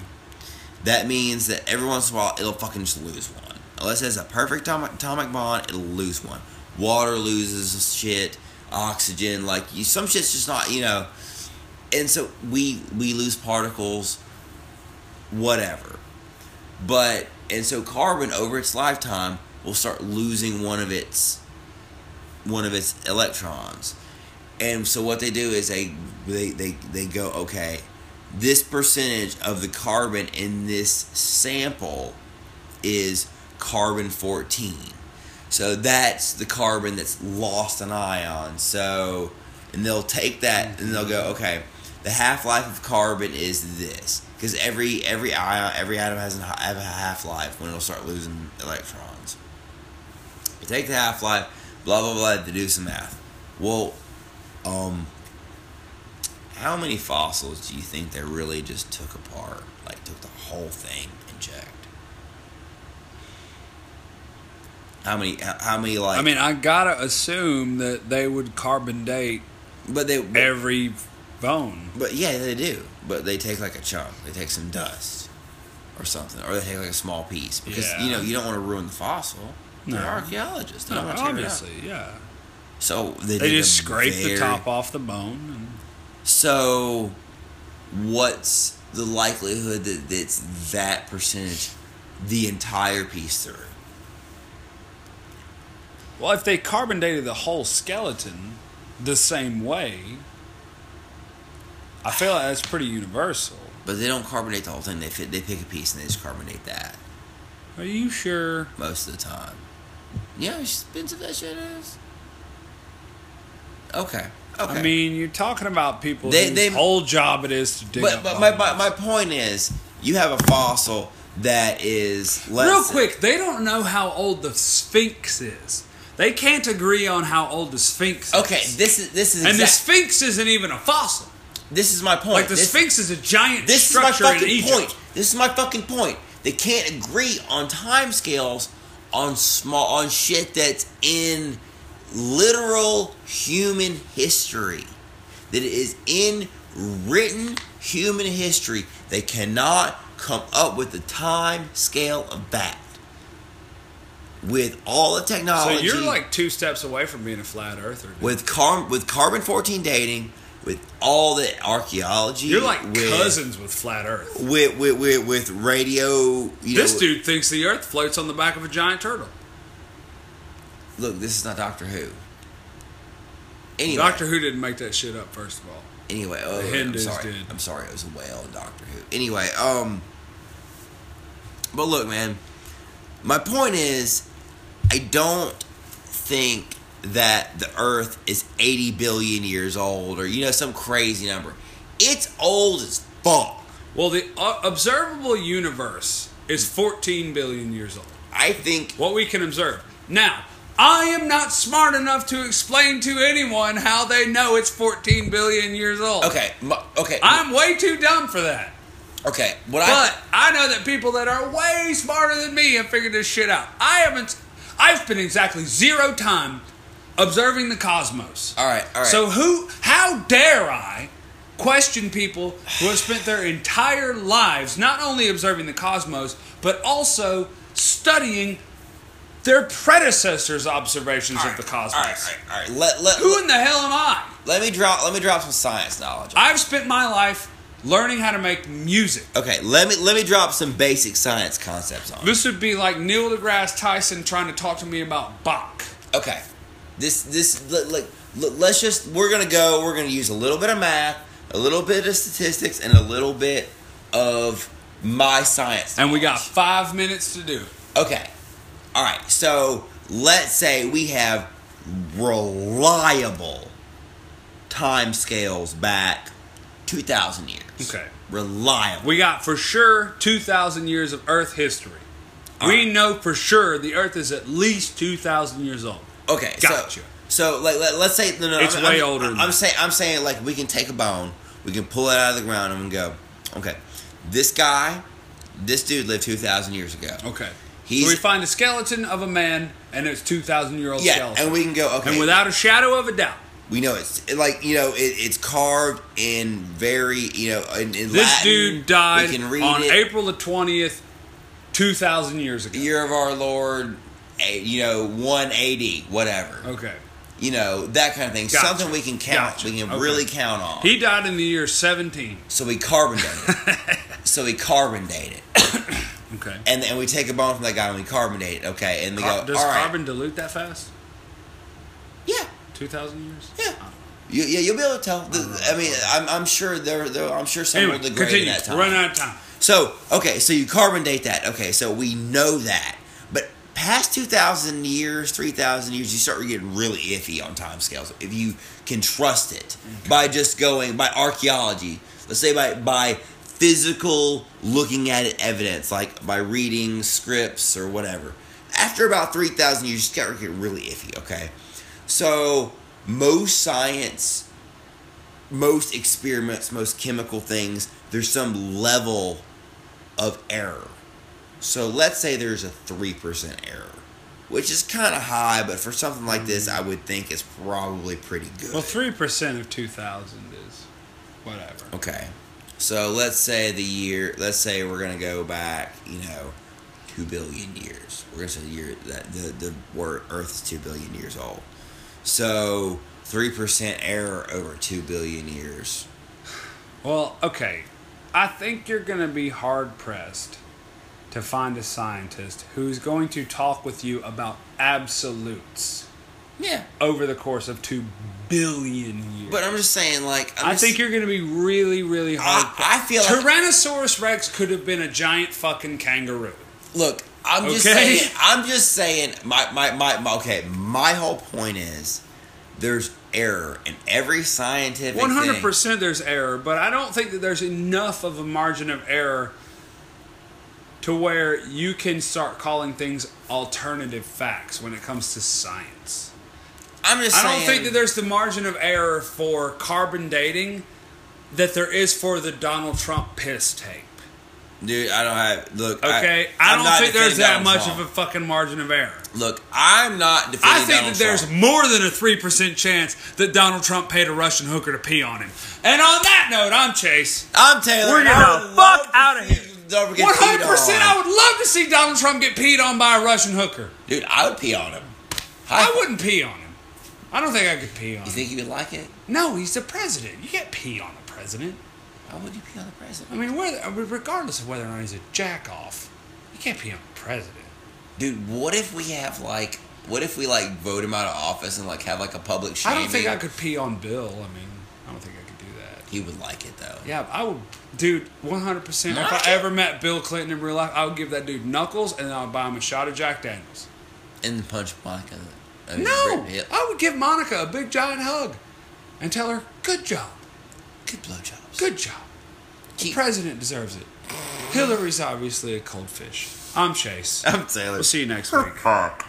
B: That means that every once in a while it'll fucking just lose one. Unless it has a perfect atomic, atomic bond, it'll lose one. Water loses shit, oxygen, like you, some shit's just not, you know. And so we we lose particles, whatever. But and so carbon over its lifetime will start losing one of its one of its electrons. And so what they do is they they they, they go, okay, this percentage of the carbon in this sample is carbon 14. So that's the carbon that's lost an ion. So and they'll take that and they'll go, okay, the half-life of carbon is this because every every ion, every atom has an, have a half-life when it'll start losing electrons. You take the half life, blah blah blah. To do some math. Well, um, how many fossils do you think they really just took apart, like took the whole thing and checked? How many? How, how many? Like,
A: I mean, I gotta assume that they would carbon date
B: but they, but,
A: every bone.
B: but yeah, they do. But they take like a chunk. They take some dust or something, or they take like a small piece because
A: Yeah.
B: you know you don't want to ruin the fossil. They're
A: No.
B: archaeologists. They
A: No,
B: don't want to tear it up.
A: obviously, yeah.
B: So they,
A: They
B: did
A: just
B: a
A: scrape the
B: very-
A: top off the bone.
B: So, what's the likelihood that it's that percentage, the entire piece through?
A: And, well, if they carbon dated the whole skeleton the same way, I feel like that's pretty universal.
B: But they don't carbonate the whole thing. They fit, they pick a piece and they just carbonate that
A: Are you sure?
B: most of the time. You know how expensive that shit is. Okay. Okay.
A: I mean, you're talking about people
B: They-
A: whose
B: they-
A: whole job it is to dig
B: but
A: up
B: but my, my
A: bones.
B: my point is, you have a fossil that is less
A: Real quick, they don't know how old the Sphinx is. They can't agree on how old the Sphinx is.
B: Okay, this is this is
A: and the
B: exact-
A: Sphinx isn't even a fossil.
B: this is my point.
A: Like the
B: this,
A: Sphinx is a giant
B: This is my
A: structure in
B: fucking
A: Egypt.
B: point. This is my fucking point. They can't agree on timescales on small on shit that's in literal human history. That it is in written human history. They cannot come up with the time scale of that. With all the
A: So
B: technology
A: you're like two steps away from being a flat earther. dude.
B: with car- with carbon fourteen dating, with all the archaeology
A: you're like
B: with,
A: cousins with flat Earth.
B: with with with, with radio. You
A: This
B: know,
A: dude thinks the Earth floats on the back of a giant turtle.
B: Look, this is not Doctor Who. Anyway,
A: Doctor Who didn't make that shit up. First of all,
B: anyway, oh,
A: the
B: I'm
A: Hindus
B: sorry.
A: did.
B: I'm sorry, it was a whale in Doctor Who. Anyway, um, but look, man, my point is, I don't think that the Earth is 80 billion years old, or you know, some crazy number. It's old as fuck.
A: well, the uh, observable universe is 14 billion years old.
B: I think
A: What we can observe now. I am not smart enough to explain to anyone how they know it's 14 billion years old.
B: okay, my, okay,
A: I'm way too dumb for that.
B: okay. What I
A: But I know that people that are way smarter than me have figured this shit out. I haven't. I've spent exactly zero time observing the cosmos.
B: All right, all right.
A: So who? How dare I question people who have spent their entire lives not only observing the cosmos, but also studying their predecessors' observations of the cosmos.
B: All right, all right, all right. Let, let,
A: Who in the hell am I?
B: let me drop let me drop some science knowledge.
A: I've spent my life learning how to make music.
B: Okay, let me let me drop some basic science concepts on.
A: This would be like Neil deGrasse Tyson trying to talk to me about Bach.
B: Okay, this this let, let, let- let's just we're gonna go. We're gonna use a little bit of math, a little bit of statistics, and a little bit of my science.
A: And we got five minutes to do it.
B: Okay, all right. So let's say we have reliable time scales back two thousand years.
A: Okay.
B: reliable.
A: We got for sure 2,000 years of Earth history. We know for sure the Earth is at least 2,000 years old.
B: Okay,
A: Gotcha.
B: So, so like, let, let's say no, no,
A: It's
B: I'm,
A: way
B: I'm,
A: older than
B: I'm
A: that.
B: saying, I'm saying, like we can take a bone, we can pull it out of the ground, and we can go, okay, this guy, this dude lived two thousand years ago.
A: Okay.
B: He's-
A: so we find a skeleton of a man, and it's 2,000 year old
B: yeah,
A: skeleton.
B: and we can go, okay,
A: And without a shadow of a doubt,
B: we know it's like you know it, it's carved in very you know in, in
A: this
B: Latin.
A: dude died
B: we can read
A: on
B: it,
A: April the 20th, 2,000 years ago.
B: the year of our Lord, eh, you know one eighty whatever,
A: Okay.
B: you know that kind of thing,
A: Gotcha.
B: something we can count,
A: Gotcha.
B: we can
A: Okay.
B: really count on.
A: He died in the year 17.
B: so we carbon date it. so we carbon date it.
A: Okay.
B: and and we take a bone from that guy and we carbonate it. Okay, and we
A: Car-
B: go.
A: Does
B: all right,
A: carbon dilute that fast?
B: yeah,
A: 2,000 years?
B: yeah. You, yeah, you'll be able to tell. The- I mean, I'm, I'm sure there, there. I'm sure some
A: Anyway,
B: will degrade
A: continue.
B: in that time.
A: We're running out of time.
B: So okay, so you carbon date that. Okay, so we know that. But past two thousand years, three thousand years, you start getting really iffy on time scales. If you can trust it by just going by archaeology, let's say by by physical looking at it evidence, like by reading scripts or whatever. After about three thousand years, you start getting really iffy. Okay, so most science most experiments, most chemical things, there's some level of error. So let's say there's a 3% error, which is kind of high, but for something like this, I would think it's probably pretty good.
A: Well, 3% of 2,000 is whatever.
B: Okay. So let's say the year, let's say we're going to go back, you know, 2 billion years. We're going to say the year that the, the word Earth's 2 billion years old. So 3% error over 2 billion years.
A: Well, okay. I think you're going to be hard pressed to find a scientist who's going to talk with you about absolutes
B: Yeah.
A: over the course of 2 billion years.
B: But I'm just saying, like, I'm
A: I
B: just-
A: think you're going to be really, really hard. pressed.
B: I, I feel like
A: Tyrannosaurus Rex could have been a giant fucking kangaroo.
B: look. I'm just
A: Okay.
B: saying. I'm just saying. My, my my my okay. My whole point is there's error in every scientific.
A: One hundred
B: thing.
A: percent, there's error, but I don't think that there's enough of a margin of error to where you can start calling things alternative facts when it comes to science.
B: I'm just.
A: I
B: Saying,
A: don't think that there's the margin of error for carbon dating that there is for the Donald Trump piss tape.
B: Dude, I don't have. Look.
A: Okay, I,
B: I'm
A: don't
B: not
A: think there's that
B: defending Donald
A: much
B: Trump.
A: of a fucking margin of error.
B: Look, I'm not defending.
A: I think
B: Donald
A: that there's
B: Trump.
A: more than a 3% chance that Donald Trump paid a Russian hooker to pee on him. And on that note, I'm Chase.
B: I'm Taylor.
A: We're
B: and I
A: gonna
B: would
A: fuck
B: love to
A: outta
B: see
A: here.
B: Donald get
A: 100%
B: peed on.
A: I would love to see Donald Trump get peed on by a Russian hooker.
B: Dude, I would pee on him.
A: I wouldn't pee on him. I don't think I could pee on
B: You
A: him.
B: think you would like it?
A: No, he's the president. You can't pee on the president.
B: Why would you pee on the president?
A: I mean, whether, I mean, regardless of whether or not he's a jack off, you can't pee on the president.
B: Dude, what if we have like, what if we like vote him out of office and like have like a public
A: I
B: shaming?
A: don't think I could pee on Bill. I mean, I don't think I could do that.
B: He would like it though.
A: Yeah, I would, dude, 100%. If
B: Not-
A: I ever met Bill Clinton in real life, I would give that dude knuckles and I would buy him a shot of Jack Daniels.
B: And punch Monica. I mean,
A: No!
B: Brit- yeah.
A: I would give Monica a big giant hug and tell her, good job,
B: Good blowjobs.
A: good job. The
B: Keep-
A: president deserves it. Hillary's obviously a cold fish. I'm Chase.
B: I'm Taylor.
A: We'll see you next week.
B: Fuck.